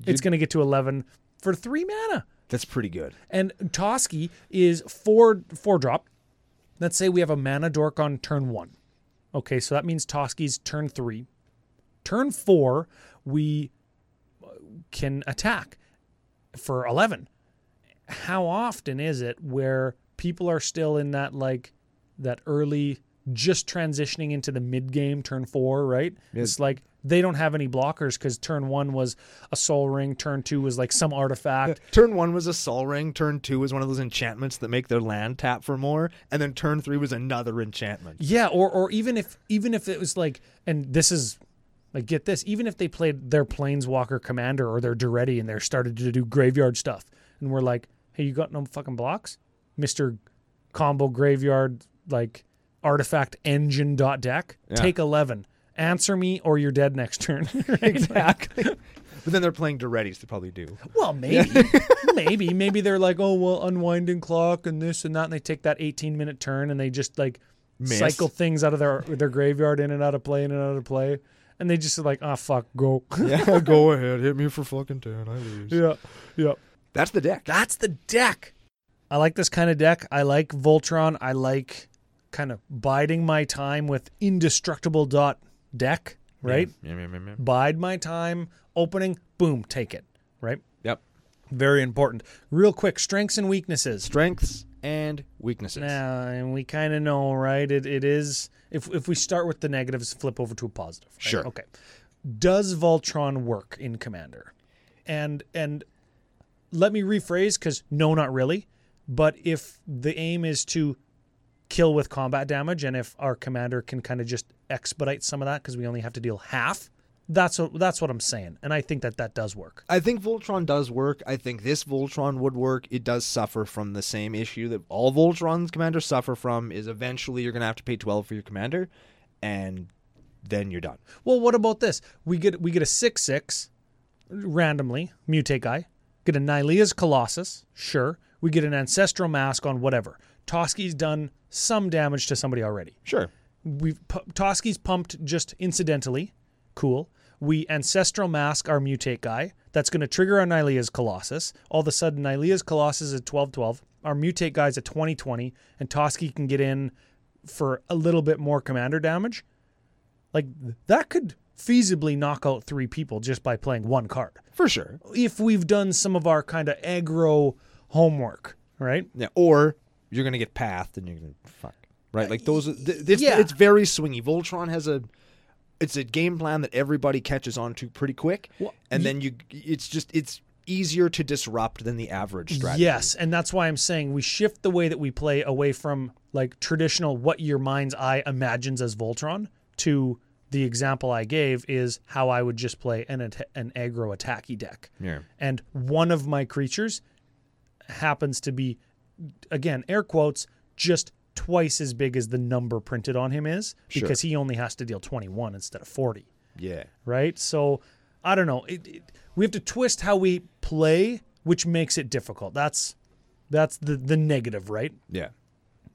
S2: It's going to get to 11 for 3 mana.
S1: That's pretty good.
S2: And Toski is four four drop. Let's say we have a mana dork on turn one. Okay, so that means Toski's turn three. Turn four, we can attack for eleven. How often is it where people are still in that like that early just transitioning into the mid game turn four, right? It's like they don't have any blockers because turn one was a soul ring, turn two was like some artifact.
S1: Turn one was a Sol Ring. Turn two was one of those enchantments that make their land tap for more. And then turn three was another enchantment.
S2: Yeah, or or even if even if it was like, and this is like get this, even if they played their planeswalker commander or their Duretti and they started to do graveyard stuff, and we're like, hey, you got no fucking blocks, Mister Combo Graveyard like artifact engine dot deck, take eleven. Answer me or you're dead next turn. exactly.
S1: But then they're playing Duretti's. They probably do.
S2: Well, maybe, maybe, maybe they're like, oh well, unwinding clock and this and that, and they take that 18 minute turn and they just like
S1: Miss.
S2: cycle things out of their their graveyard in and out of play, in and out of play, and they just are like, ah, fuck, go,
S1: Yeah, go ahead. Hit me for fucking 10. I lose.
S2: yeah, yeah.
S1: That's the deck.
S2: That's the deck. I like this kind of deck. I like Voltron. I like kind of biding my time with indestructible dot deck, right? Bide my time, opening, boom, take it, right?
S1: Yep.
S2: Very important. Real quick, strengths and weaknesses.
S1: Strengths and weaknesses.
S2: Now, and we kind of know, right? It, it is. If, if we start with the negatives, flip over to a positive. right?
S1: Sure.
S2: Okay. Does Voltron work in Commander? And and let me rephrase because no, not really. But if the aim is to kill with combat damage, and if our commander can kind of just expedite some of that because we only have to deal half, that's what that's what I'm saying. And I think that that does work.
S1: I think Voltron does work. I think this Voltron would work. It does suffer from the same issue that all Voltron's commanders suffer from is eventually you're going to have to pay 12 for your commander and then you're done.
S2: Well, what about this? We get we get a six six, randomly mutate guy. Get a Nylea's Colossus, sure. We get an ancestral mask on whatever. Toski's done some damage to somebody already.
S1: Sure.
S2: We've pu- Toski's pumped just incidentally, cool. We ancestral mask our mutate guy. That's going to trigger our Nylea's Colossus. All of a sudden, Nylea's Colossus is a twelve twelve. Our mutate guy's a twenty twenty, and Toski can get in for a little bit more commander damage. Like th- that could feasibly knock out three people just by playing one card.
S1: For sure.
S2: If we've done some of our kind of aggro homework, right?
S1: Yeah, or you're going to get pathed and you're going to fuck. Right? Like those are- th- it's,
S2: yeah.
S1: it's very swingy. Voltron has a it's a game plan that everybody catches on to pretty quick
S2: Well,
S1: and then you it's just it's easier to disrupt than the average strategy.
S2: Yes, and that's why I'm saying we shift the way that we play away from like traditional what your mind's eye imagines as Voltron to the example I gave is how I would just play an at- an aggro attacky deck.
S1: Yeah.
S2: And one of my creatures happens to be again air quotes just twice as big as the number printed on him is
S1: Sure.
S2: because he only has to deal 21 instead of 40
S1: Yeah.
S2: right? So I don't know. It, it, we have to twist how we play, which makes it difficult. That's that's the the negative, right?
S1: Yeah.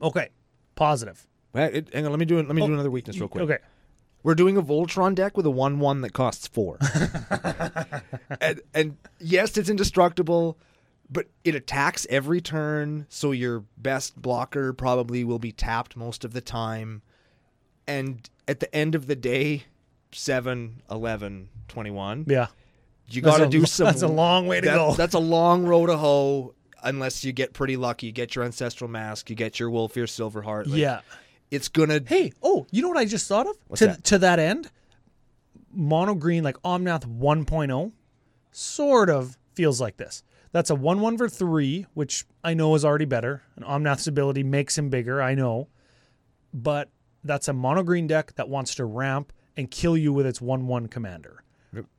S2: Okay, positive.
S1: Well, it- hang on, let me do it. Let me do another weakness real quick.
S2: Oh, Okay,
S1: We're doing a Voltron deck with a one-one that costs four. and, and yes, it's indestructible, but it attacks every turn, so your best blocker probably will be tapped most of the time. And at the end of the day, 7, 11, 21,
S2: yeah,
S1: you
S2: That's
S1: got to
S2: a-
S1: do some.
S2: That's a long way to
S1: that-
S2: go.
S1: That's a long road to hoe unless you get pretty lucky. You get your Ancestral Mask, you get your Wolf Ear Silver Heart. like,
S2: yeah.
S1: It's going to.
S2: Hey, oh, you know what I just thought of? to
S1: that?
S2: to that end, mono green like Omnath 1.0 sort of feels like this. That's a 1 1 for 3, which I know is already better. And Omnath's ability makes him bigger, I know. But that's a mono green deck that wants to ramp and kill you with its 1 1 commander.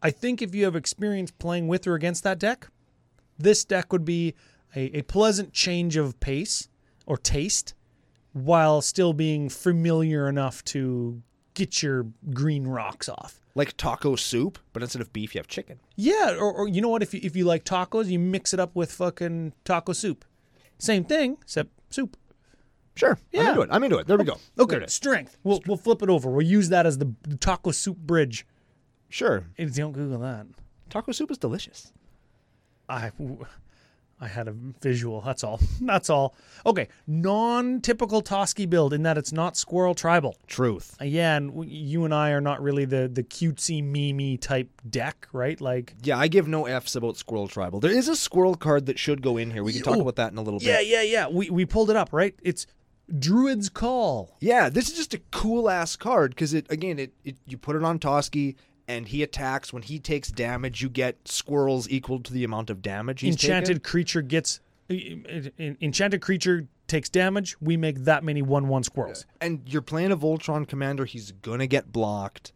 S2: I think if you have experience playing with or against that deck, this deck would be a, a pleasant change of pace or taste while still being familiar enough to get your green rocks off.
S1: Like taco soup, but instead of beef, you have chicken.
S2: Yeah, or, or you know what? If you, if you like tacos, you mix it up with fucking taco soup. Same thing, except soup.
S1: Sure. I'm
S2: Yeah.
S1: into it. I'm into it. There we go. There
S2: Okay,
S1: it is.
S2: strength. We'll, we'll flip it over. We'll use that as the taco soup bridge.
S1: Sure.
S2: Don't Google that.
S1: Taco soup is delicious.
S2: I, I had a visual. That's all. That's all. Okay. Non-typical Toski build in that it's not squirrel tribal.
S1: Truth.
S2: Uh, Yeah, and w- you and I are not really the the cutesy mimi type deck, right? Like
S1: Yeah, I give no F's about Squirrel Tribal. There is a Squirrel card that should go in here. We can talk
S2: Yo.
S1: about that in a little
S2: Yeah,
S1: bit.
S2: yeah, yeah. We we pulled it up, right? It's Druid's Call.
S1: Yeah, this is just a cool ass card because it again it, it you put it on Toski and he attacks. When he takes damage, you get squirrels equal to the amount of damage he's
S2: enchanted
S1: taken.
S2: creature gets e, en- en- en- enchanted creature takes damage. We make that many one one squirrels.
S1: And you're playing a Voltron commander. He's gonna get blocked,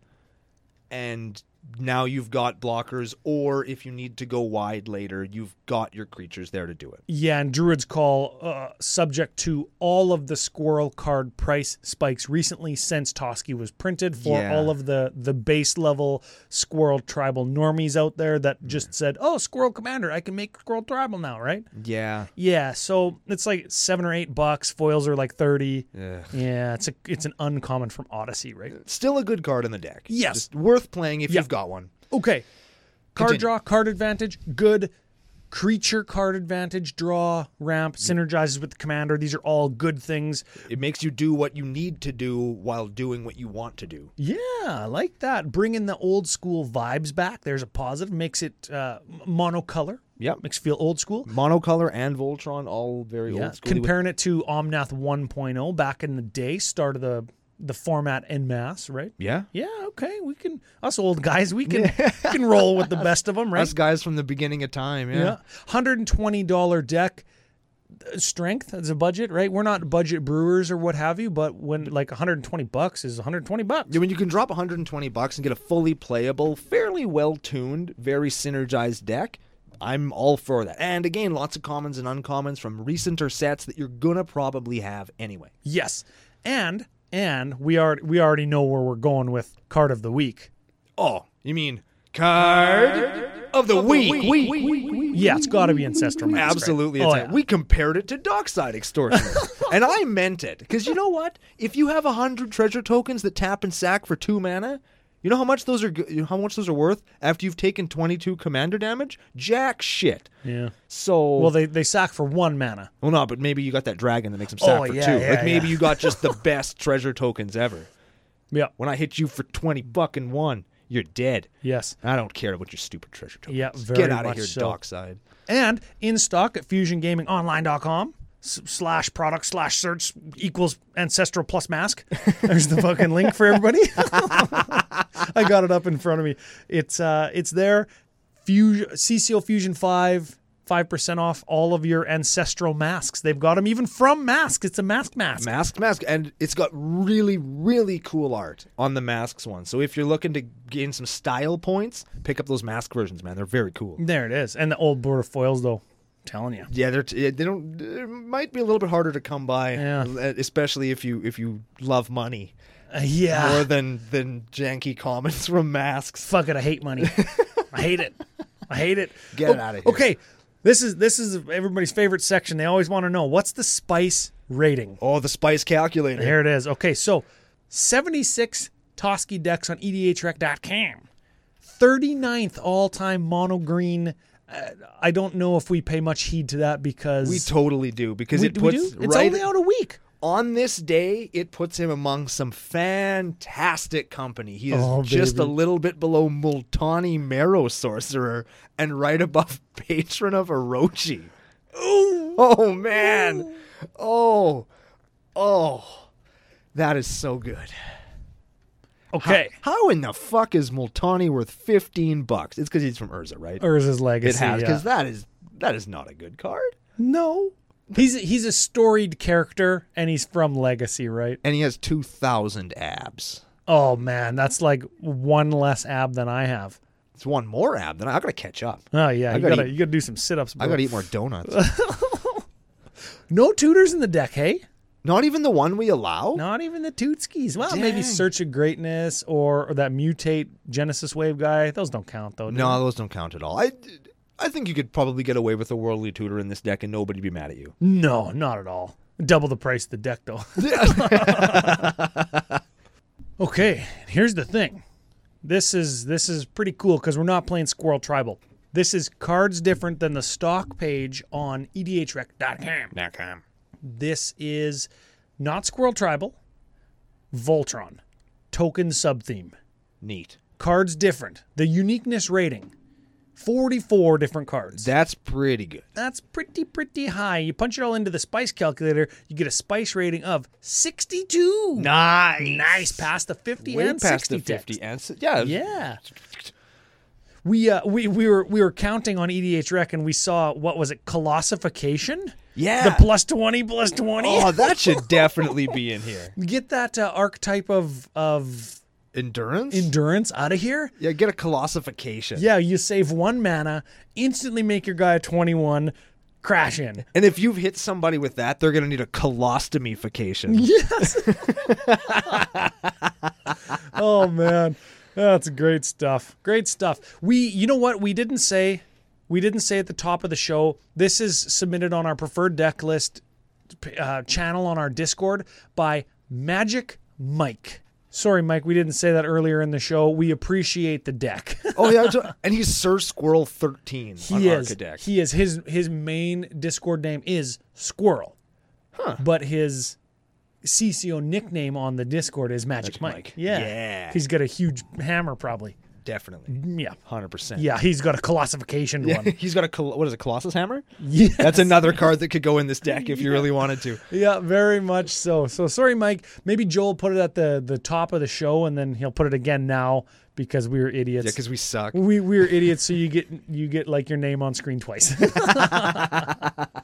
S1: and now you've got blockers. Or if you need to go wide later, you've got your creatures there to do it.
S2: Yeah, and Druid's Call uh, subject to all of the squirrel card price spikes recently since Toski was printed for
S1: Yeah.
S2: all of the the base level squirrel tribal normies out there that just said, "Oh, squirrel commander, I can make squirrel tribal now," right?
S1: Yeah.
S2: Yeah, so it's like 7 or 8 bucks, foils are like 30.
S1: Ugh.
S2: Yeah, it's a it's an uncommon from Odyssey, right?
S1: Still a good card in the deck.
S2: Yes.
S1: Just worth playing if
S2: Yeah.
S1: you've got one.
S2: Okay. Card
S1: Continue.
S2: draw, card advantage, good. Creature card advantage, draw, ramp, synergizes with the commander. These are all good things.
S1: It makes you do what you need to do while doing what you want to do.
S2: Yeah, I like that. Bringing the old school vibes back. There's a positive. Makes it uh, m- monocolor.
S1: Yep.
S2: Makes it feel old school.
S1: Monocolor and Voltron, all very
S2: Yeah.
S1: old school.
S2: Comparing it to Omnath 1.0 back in the day, start of the the format en masse, right?
S1: yeah.
S2: Yeah, okay. We can us old guys, we can we can roll with the best of them, right?
S1: Us guys from the beginning of time, yeah.
S2: Yeah. $120 deck uh, strength as a budget, right? We're not budget brewers or what have you, but when like 120 bucks is 120 bucks.
S1: I mean, Mm. you can drop 120 bucks and get a fully playable, fairly well-tuned, very synergized deck. I'm all for that. And again, lots of commons and uncommons from recenter sets that you're gonna probably have anyway.
S2: Yes. And and we are we already know where we're going with card of the week.
S1: Oh, you mean card of the week? week.
S2: Yeah, it's got to be ancestral mask. right?
S1: Absolutely.
S2: Oh,
S1: it's
S2: yeah.
S1: that. We compared it to dockside extortion. and I meant it. Because you know what? If you have 100 treasure tokens that tap and sack for two mana, you know how much those are go- you know how much those are worth after you've taken 22 commander damage? Jack shit.
S2: yeah.
S1: So
S2: Well,
S1: well,
S2: they they sack for 1 mana.
S1: no, but maybe you got that dragon that makes them sack
S2: Oh,
S1: for
S2: yeah,
S1: two.
S2: yeah,
S1: like maybe
S2: yeah.
S1: you got just the best treasure tokens ever.
S2: Yeah.
S1: When I hit you for 20 fucking one, you're dead.
S2: Yes.
S1: I don't care about your stupid treasure tokens.
S2: Yeah,
S1: Get
S2: very
S1: out of
S2: much
S1: here,
S2: so.
S1: dockside.
S2: and in stock at fusiongamingonline.com s- slash product slash search equals ancestral plus mask there's the fucking link for everybody i got it up in front of me it's uh it's there fusion cco fusion 5 5% off all of your ancestral masks they've got them even from mask it's a mask mask
S1: Masked Mask. And it's got really, really cool art on the masks one. So if you're looking to gain some style points, pick up those mask versions, man. They're very cool.
S2: there it is and the old border foils though telling you
S1: Yeah, they're t- they don't. They might be a little bit harder to come by, eh,
S2: Yeah.
S1: especially if you if you love money
S2: Uh, yeah
S1: more than than janky comments from masks.
S2: fuck it, I hate money. I hate it. I hate it.
S1: Get it outta here.
S2: Okay. This is this is everybody's favorite section. They always want to know what's the spice rating.
S1: Oh, the spice calculator.
S2: Here it is. Okay, so 76 Toski decks on E edhrec.com. 39th all-time mono green. Uh, I don't know if we pay much heed to that because
S1: we totally do because
S2: we-
S1: it
S2: we
S1: puts
S2: do. It's
S1: right
S2: only out a week.
S1: on this day, it puts him among some fantastic company. He is
S2: Oh,
S1: just a
S2: baby.
S1: little bit below Multani Marrow Sorcerer and right above Patron of Orochi. Ooh. Oh, man. Oh, oh. That is so good.
S2: Okay.
S1: How in the fuck is Multani worth 15 bucks? It's because he's from Urza, right?
S2: Urza's
S1: it
S2: legacy.
S1: has,
S2: yeah.
S1: because that is that is not a good card.
S2: no. He's he's a storied character and he's from Legacy, right?
S1: And he has 2,000 abs.
S2: Oh man, that's like one less ab than I have.
S1: It's one more ab than I, I gotta catch up.
S2: Oh yeah, you
S1: gotta
S2: gotta,
S1: eat-
S2: you gotta do some sit-ups.
S1: I
S2: Bro.
S1: gotta eat more donuts.
S2: no tutors in the deck, hey?
S1: Not even the one we allow?
S2: Not even the tootskis. Well,
S1: Dang.
S2: maybe Search of Greatness or, or that mutate Genesis Wave guy. Those don't count though. do
S1: No, those don't count at all. I, I think you could probably get away with a worldly tutor in this deck and nobody'd be mad at you.
S2: they? no, not at all. Double the price of the deck though. okay, here's the thing. This is this is pretty cool because we're not playing Squirrel Tribal. This is cards different than the stock page on E edhrec.com.
S1: Nakam.
S2: This is not Squirrel Tribal, Voltron, token subtheme.
S1: Neat.
S2: Cards different. The uniqueness rating 44 different cards.
S1: That's pretty good.
S2: That's pretty, pretty high. You punch it all into the spice calculator, you get a spice rating of 62.
S1: Nice.
S2: Nice, past the 50
S1: Way
S2: and
S1: past
S2: 60
S1: the
S2: text.
S1: 50 and si- yeah.
S2: Yeah. We uh we, we were we were counting on EDH Rec and we saw what was it colossification?
S1: Yeah.
S2: The plus 20 plus 20.
S1: Oh, that should definitely be in here.
S2: Get that uh, archetype of of
S1: Endurance?
S2: endurance out of here.
S1: yeah, get a colossification.
S2: Yeah, you save 1 mana, instantly make your guy a 21 crash in.
S1: And if you've hit somebody with that, they're going to need a colostomification.
S2: Yes. oh man, that's great stuff. Great stuff. We, you know what? We didn't say, we didn't say at the top of the show. This is submitted on our preferred deck list uh, channel on our Discord by Magic Mike. Sorry, Mike, we didn't say that earlier in the show. We appreciate the deck.
S1: oh, yeah. so- And he's Sir Squirrel 13 on
S2: he is.
S1: Architect.
S2: He is. His his main Discord name is Squirrel, but his CCO nickname on the Discord is Magic, Mike.
S1: Mike.
S2: Yeah,
S1: Yeah.
S2: He's got a huge hammer, probably.
S1: definitely.
S2: Yeah,
S1: 100%.
S2: yeah. He's got a colossification one.
S1: he's got a, col- what is it, Colossus Hammer?
S2: Yeah,
S1: That's another card that could go in this deck if you really wanted to.
S2: yeah, very much so. So sorry, Mike. Maybe Joel put it at the the top of the show, and then he'll put it again now because we were idiots.
S1: Yeah, because we suck.
S2: We we're idiots, so you get you get like your name on screen twice.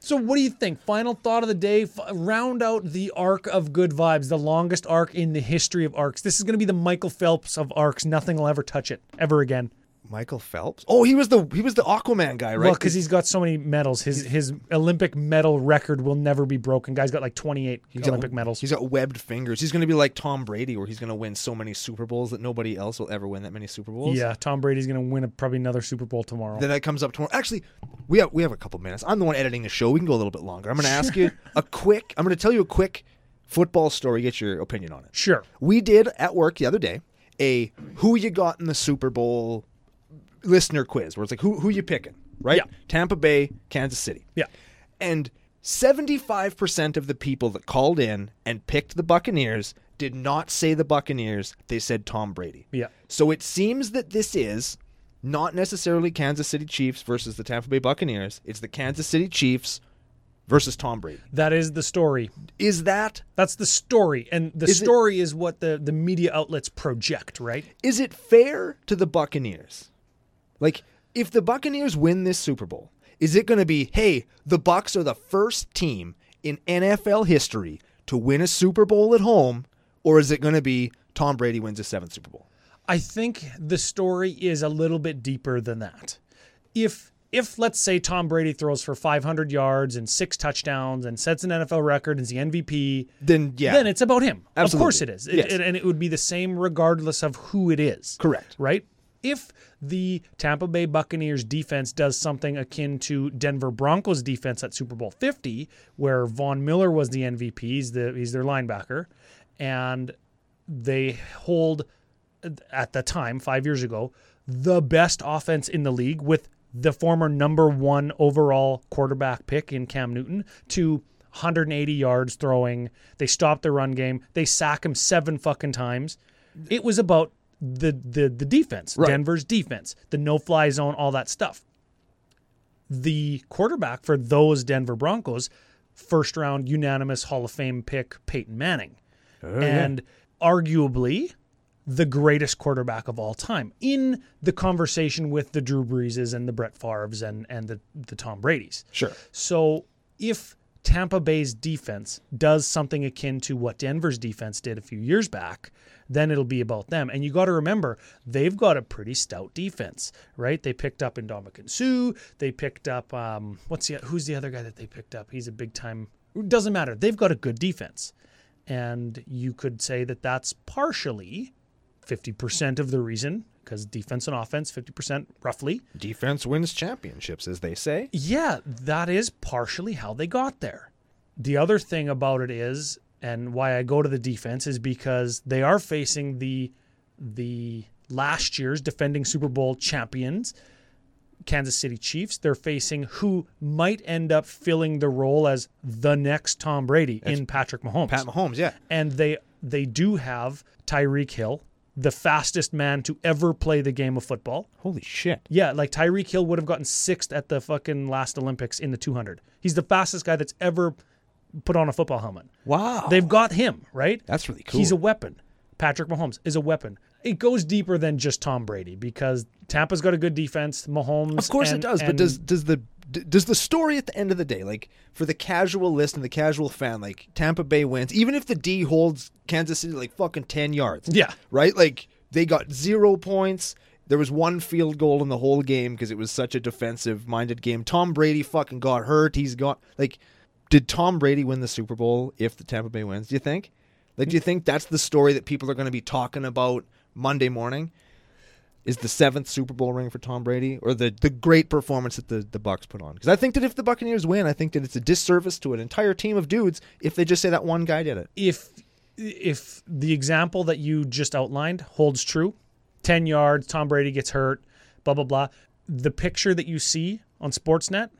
S2: so what do you think? Final thought of the day. F- round out the arc of good vibes, the longest arc in the history of arcs. This is going to be the Michael Phelps of arcs. Nothing will ever touch it ever again.
S1: Michael Phelps? Oh, he was the he was the Aquaman guy, right?
S2: Well, because he's got so many medals. His his Olympic medal record will never be broken. Guy's got like 28 Olympic medals.
S1: He's got webbed fingers. He's going to be like Tom Brady, where he's going to win so many Super Bowls that nobody else will ever win that many Super Bowls.
S2: Yeah, Tom Brady's going to win a, probably another Super Bowl tomorrow.
S1: Then that comes up tomorrow. Actually, we have we have a couple minutes. I'm the one editing the show. We can go a little bit longer. I'm going to ask you a quick. I'm going to tell you a quick football story. Get your opinion on it.
S2: sure.
S1: We did at work the other day a who you got in the Super Bowl listener quiz, where it's like who who you picking, right?
S2: Yeah.
S1: Tampa Bay, Kansas City.
S2: Yeah.
S1: And 75% of the people that called in and picked the Buccaneers did not say the Buccaneers. They said Tom Brady.
S2: Yeah.
S1: So it seems that this is not necessarily Kansas City Chiefs versus the Tampa Bay Buccaneers. It's the Kansas City Chiefs versus Tom Brady.
S2: That is the story.
S1: Is that
S2: That's the story, and the
S1: Is it-
S2: story is what the the media outlets project, right?
S1: is it fair to the Buccaneers? Like, if the Buccaneers win this Super Bowl, is it going to be, hey, the Bucks are the first team in NFL history to win a Super Bowl at home, or is it going to be Tom Brady wins his seventh Super Bowl?
S2: I think the story is a little bit deeper than that. If if let's say Tom Brady throws for 500 yards and six touchdowns and sets an NFL record and is the MVP,
S1: Then yeah,
S2: then it's about him. Of
S1: Absolutely.
S2: course it is. It,
S1: Yes.
S2: it- and it would be the same regardless of who it is.
S1: Correct.
S2: Right? If the Tampa Bay Buccaneers defense does something akin to Denver Broncos defense at Super Bowl 50, where Von Miller was the MVP, he's, the, he's their linebacker, and they hold at the time, five years ago, the best offense in the league with the former number one overall quarterback pick in Cam Newton to 180 yards throwing. They stopped the run game. They sack him seven fucking times. It was about the the the defense, Denver's defense, the no fly zone, all that stuff. The quarterback for those Denver Broncos, first round unanimous Hall of Fame pick Peyton Manning, and arguably the greatest quarterback of all time in the conversation with the Drew Breeses and the Brett Favres and and the the Tom Brady's.
S1: sure.
S2: So if Tampa Bay's defense does something akin to what Denver's defense did a few years back, then it'll be about them. And you got to remember, they've got a pretty stout defense, right? They picked up Indomitian Sue. They picked up um, what's the who's the other guy that they picked up? He's a big time. Doesn't matter. They've got a good defense, and you could say that that's partially fifty percent of the reason because defense and offense fifty percent roughly.
S1: Defense wins championships, as they say.
S2: Yeah, that is partially how they got there. The other thing about it is, and why I go to the defense is because they are facing the the last year's defending Super Bowl champions Kansas City Chiefs. They're facing who might end up filling the role as the next Tom Brady in Patrick Mahomes.
S1: Pat Mahomes, yeah.
S2: and they they do have Tyreek Hill, the fastest man to ever play the game of football.
S1: Holy shit.
S2: Yeah, like Tyreek Hill would have gotten sixth at the fucking last Olympics in the 200. He's the fastest guy that's ever put on a football helmet.
S1: Wow.
S2: They've got him, right?
S1: That's really cool.
S2: He's a weapon. Patrick Mahomes is a weapon. It goes deeper than just Tom Brady because Tampa's got a good defense. Mahomes,
S1: Of course
S2: and-
S1: it does, but
S2: and-
S1: does does the d- does the story at the end of the day, like for the casual list and the casual fan, like Tampa Bay wins, even if the D holds Kansas City like fucking ten yards,
S2: Yeah.
S1: right? Like they got zero points. There was one field goal in the whole game because it was such a defensive-minded game. Tom Brady fucking got hurt. He's got like, did Tom Brady win the Super Bowl if the Tampa Bay wins? Do you think? Like, do you think that's the story that people are going to be talking about Monday morning? is the seventh Super Bowl ring for Tom Brady, or the the great performance that the the Bucks put on. Because I think that if the Buccaneers win, I think that it's a disservice to an entire team of dudes if they just say that one guy did it.
S2: if if the example that you just outlined holds true, ten yards, Tom Brady gets hurt, blah blah blah. The picture that you see on Sportsnet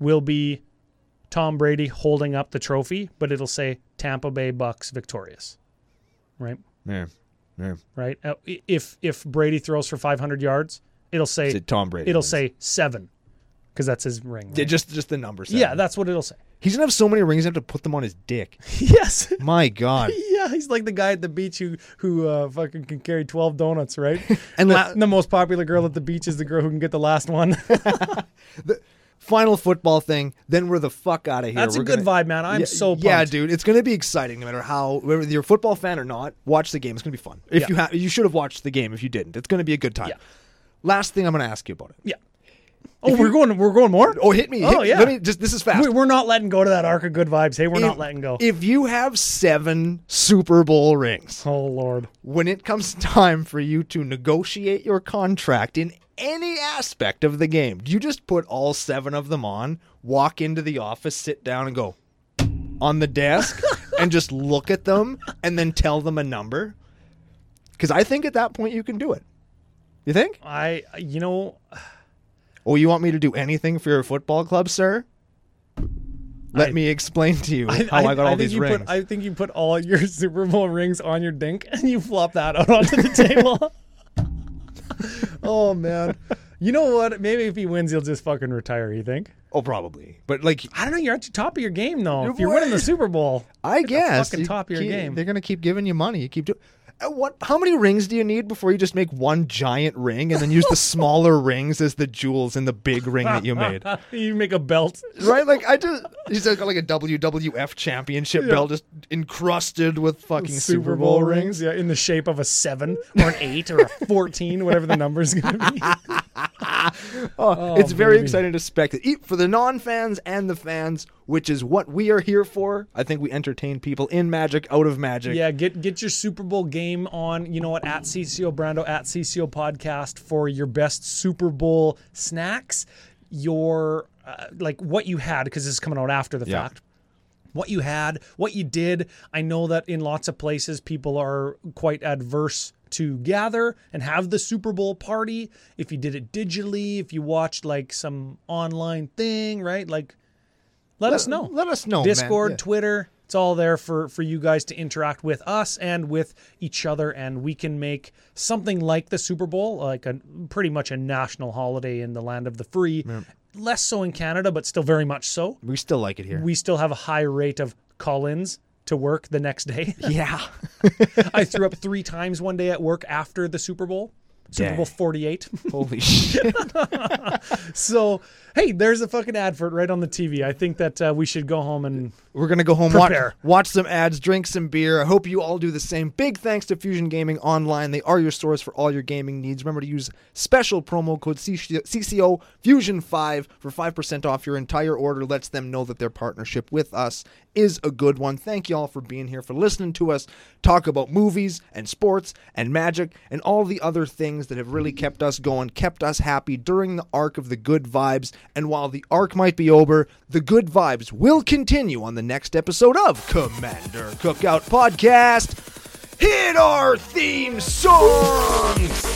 S2: will be Tom Brady holding up the trophy, but it'll say Tampa Bay Bucks victorious, right?
S1: Yeah, yeah.
S2: Right. Uh, i- If if Brady throws for 500 yards, it'll say
S1: Is it Tom Brady?
S2: it'll
S1: wins?
S2: say seven, because that's his ring.
S1: Yeah,
S2: right?
S1: just just the numbers.
S2: Yeah, that's what it'll say.
S1: he's gonna have so many rings, I have to put them on his dick.
S2: yes.
S1: My God.
S2: Yeah, he's like the guy at the beach who who uh, fucking can carry twelve donuts, right?
S1: And
S2: the,
S1: la-
S2: the most popular girl at the beach is the girl who can get the last one.
S1: Final football thing. Then we're the fuck out of here.
S2: That's a
S1: We're
S2: good
S1: gonna-
S2: vibe, man. I'm
S1: yeah,
S2: so pumped.
S1: yeah, dude. It's gonna be exciting, no matter how whether you're a football fan or not. Watch the game; it's gonna be fun. If
S2: Yeah.
S1: you ha- you should have watched the game. If you didn't, it's gonna be a good time.
S2: Yeah.
S1: Last thing I'm gonna ask you about it.
S2: Yeah. Oh, we're going. We're going more.
S1: Oh, hit me!
S2: Oh,
S1: hit me.
S2: yeah.
S1: Let me just. This is fast.
S2: We, we're not letting go to that arc of good vibes. Hey, we're
S1: If-
S2: not letting go.
S1: If you have seven Super Bowl rings,
S2: oh Lord.
S1: when it comes time for you to negotiate your contract in any aspect of the game, do you just put all seven of them on, walk into the office, sit down, and go on the desk, and just look at them, and then tell them a number? Because I think at that point you can do it. You think?
S2: I. You know.
S1: Oh, you want me to do anything for your football club, sir? Let
S2: I-
S1: me explain to you Oh, how I, got all
S2: think
S1: these
S2: you
S1: rings.
S2: Put, I think you put all your Super Bowl rings on your dink and you flop that out onto the table. oh man. You know what? Maybe if he wins, he'll just fucking retire. You think?
S1: Oh, probably. But like,
S2: I don't know. You're at the top of your game, though. if
S1: You've
S2: you're winning the
S1: won.
S2: Super Bowl,
S1: I guess
S2: fucking
S1: you
S2: top of your
S1: keep-
S2: game.
S1: They're gonna keep giving you money. You keep doing. Uh, What? How many rings do you need before you just make one giant ring and then use the smaller rings as the jewels in the big ring that you made?
S2: you make a belt.
S1: Right? Like I just, he's got like a WWF championship belt just encrusted with fucking Super, Bowl, rings.
S2: yeah, in the shape of a seven or an eight or a fourteen, whatever the number's gonna be.
S1: Oh, it's very
S2: baby.
S1: exciting to speculate E- for the non-fans and the fans, which is what we are here for. I think we entertain people in magic, out of magic.
S2: Yeah, get get your Super Bowl game on. You know what? At CCO Brando at CCO Podcast for your best Super Bowl snacks. Your uh, like what you had because this is coming out after the
S1: Yeah.
S2: fact. What you had, what you did. I know that in lots of places people are quite adverse to gather and have the Super Bowl party. If you did it digitally, if you watched like some online thing, right? Like, let, us know.
S1: Let us know. Oh, man.
S2: Discord,
S1: Yeah.
S2: Twitter. It's all there for for you guys to interact with us and with each other, and we can make something like the Super Bowl, like a pretty much a national holiday in the land of the free. Less so in Canada, but still very much so.
S1: We still like it here.
S2: We still have a high rate of call-ins to work the next day.
S1: yeah.
S2: I threw up three times one day at work after the Super Bowl. Super
S1: Dang.
S2: Bowl 48.
S1: Holy shit.
S2: so, hey, there's a fucking ad for it right on the TV. I think that uh, we should go home and
S1: We're gonna go home, watch,
S2: Prepare.
S1: watch some ads, drink some beer. I hope you all do the same. Big thanks to Fusion Gaming Online. They are your source for all your gaming needs. Remember to use special promo code CCO Fusion Five for five percent off your entire order. Lets them know that their partnership with us is a good one. Thank you all for being here, for listening to us talk about movies and sports and magic and all the other things that have really kept us going, kept us happy during the arc of the good vibes. And while the arc might be over, the good vibes will continue on the next episode of Commander Cookout Podcast. Hit our theme songs!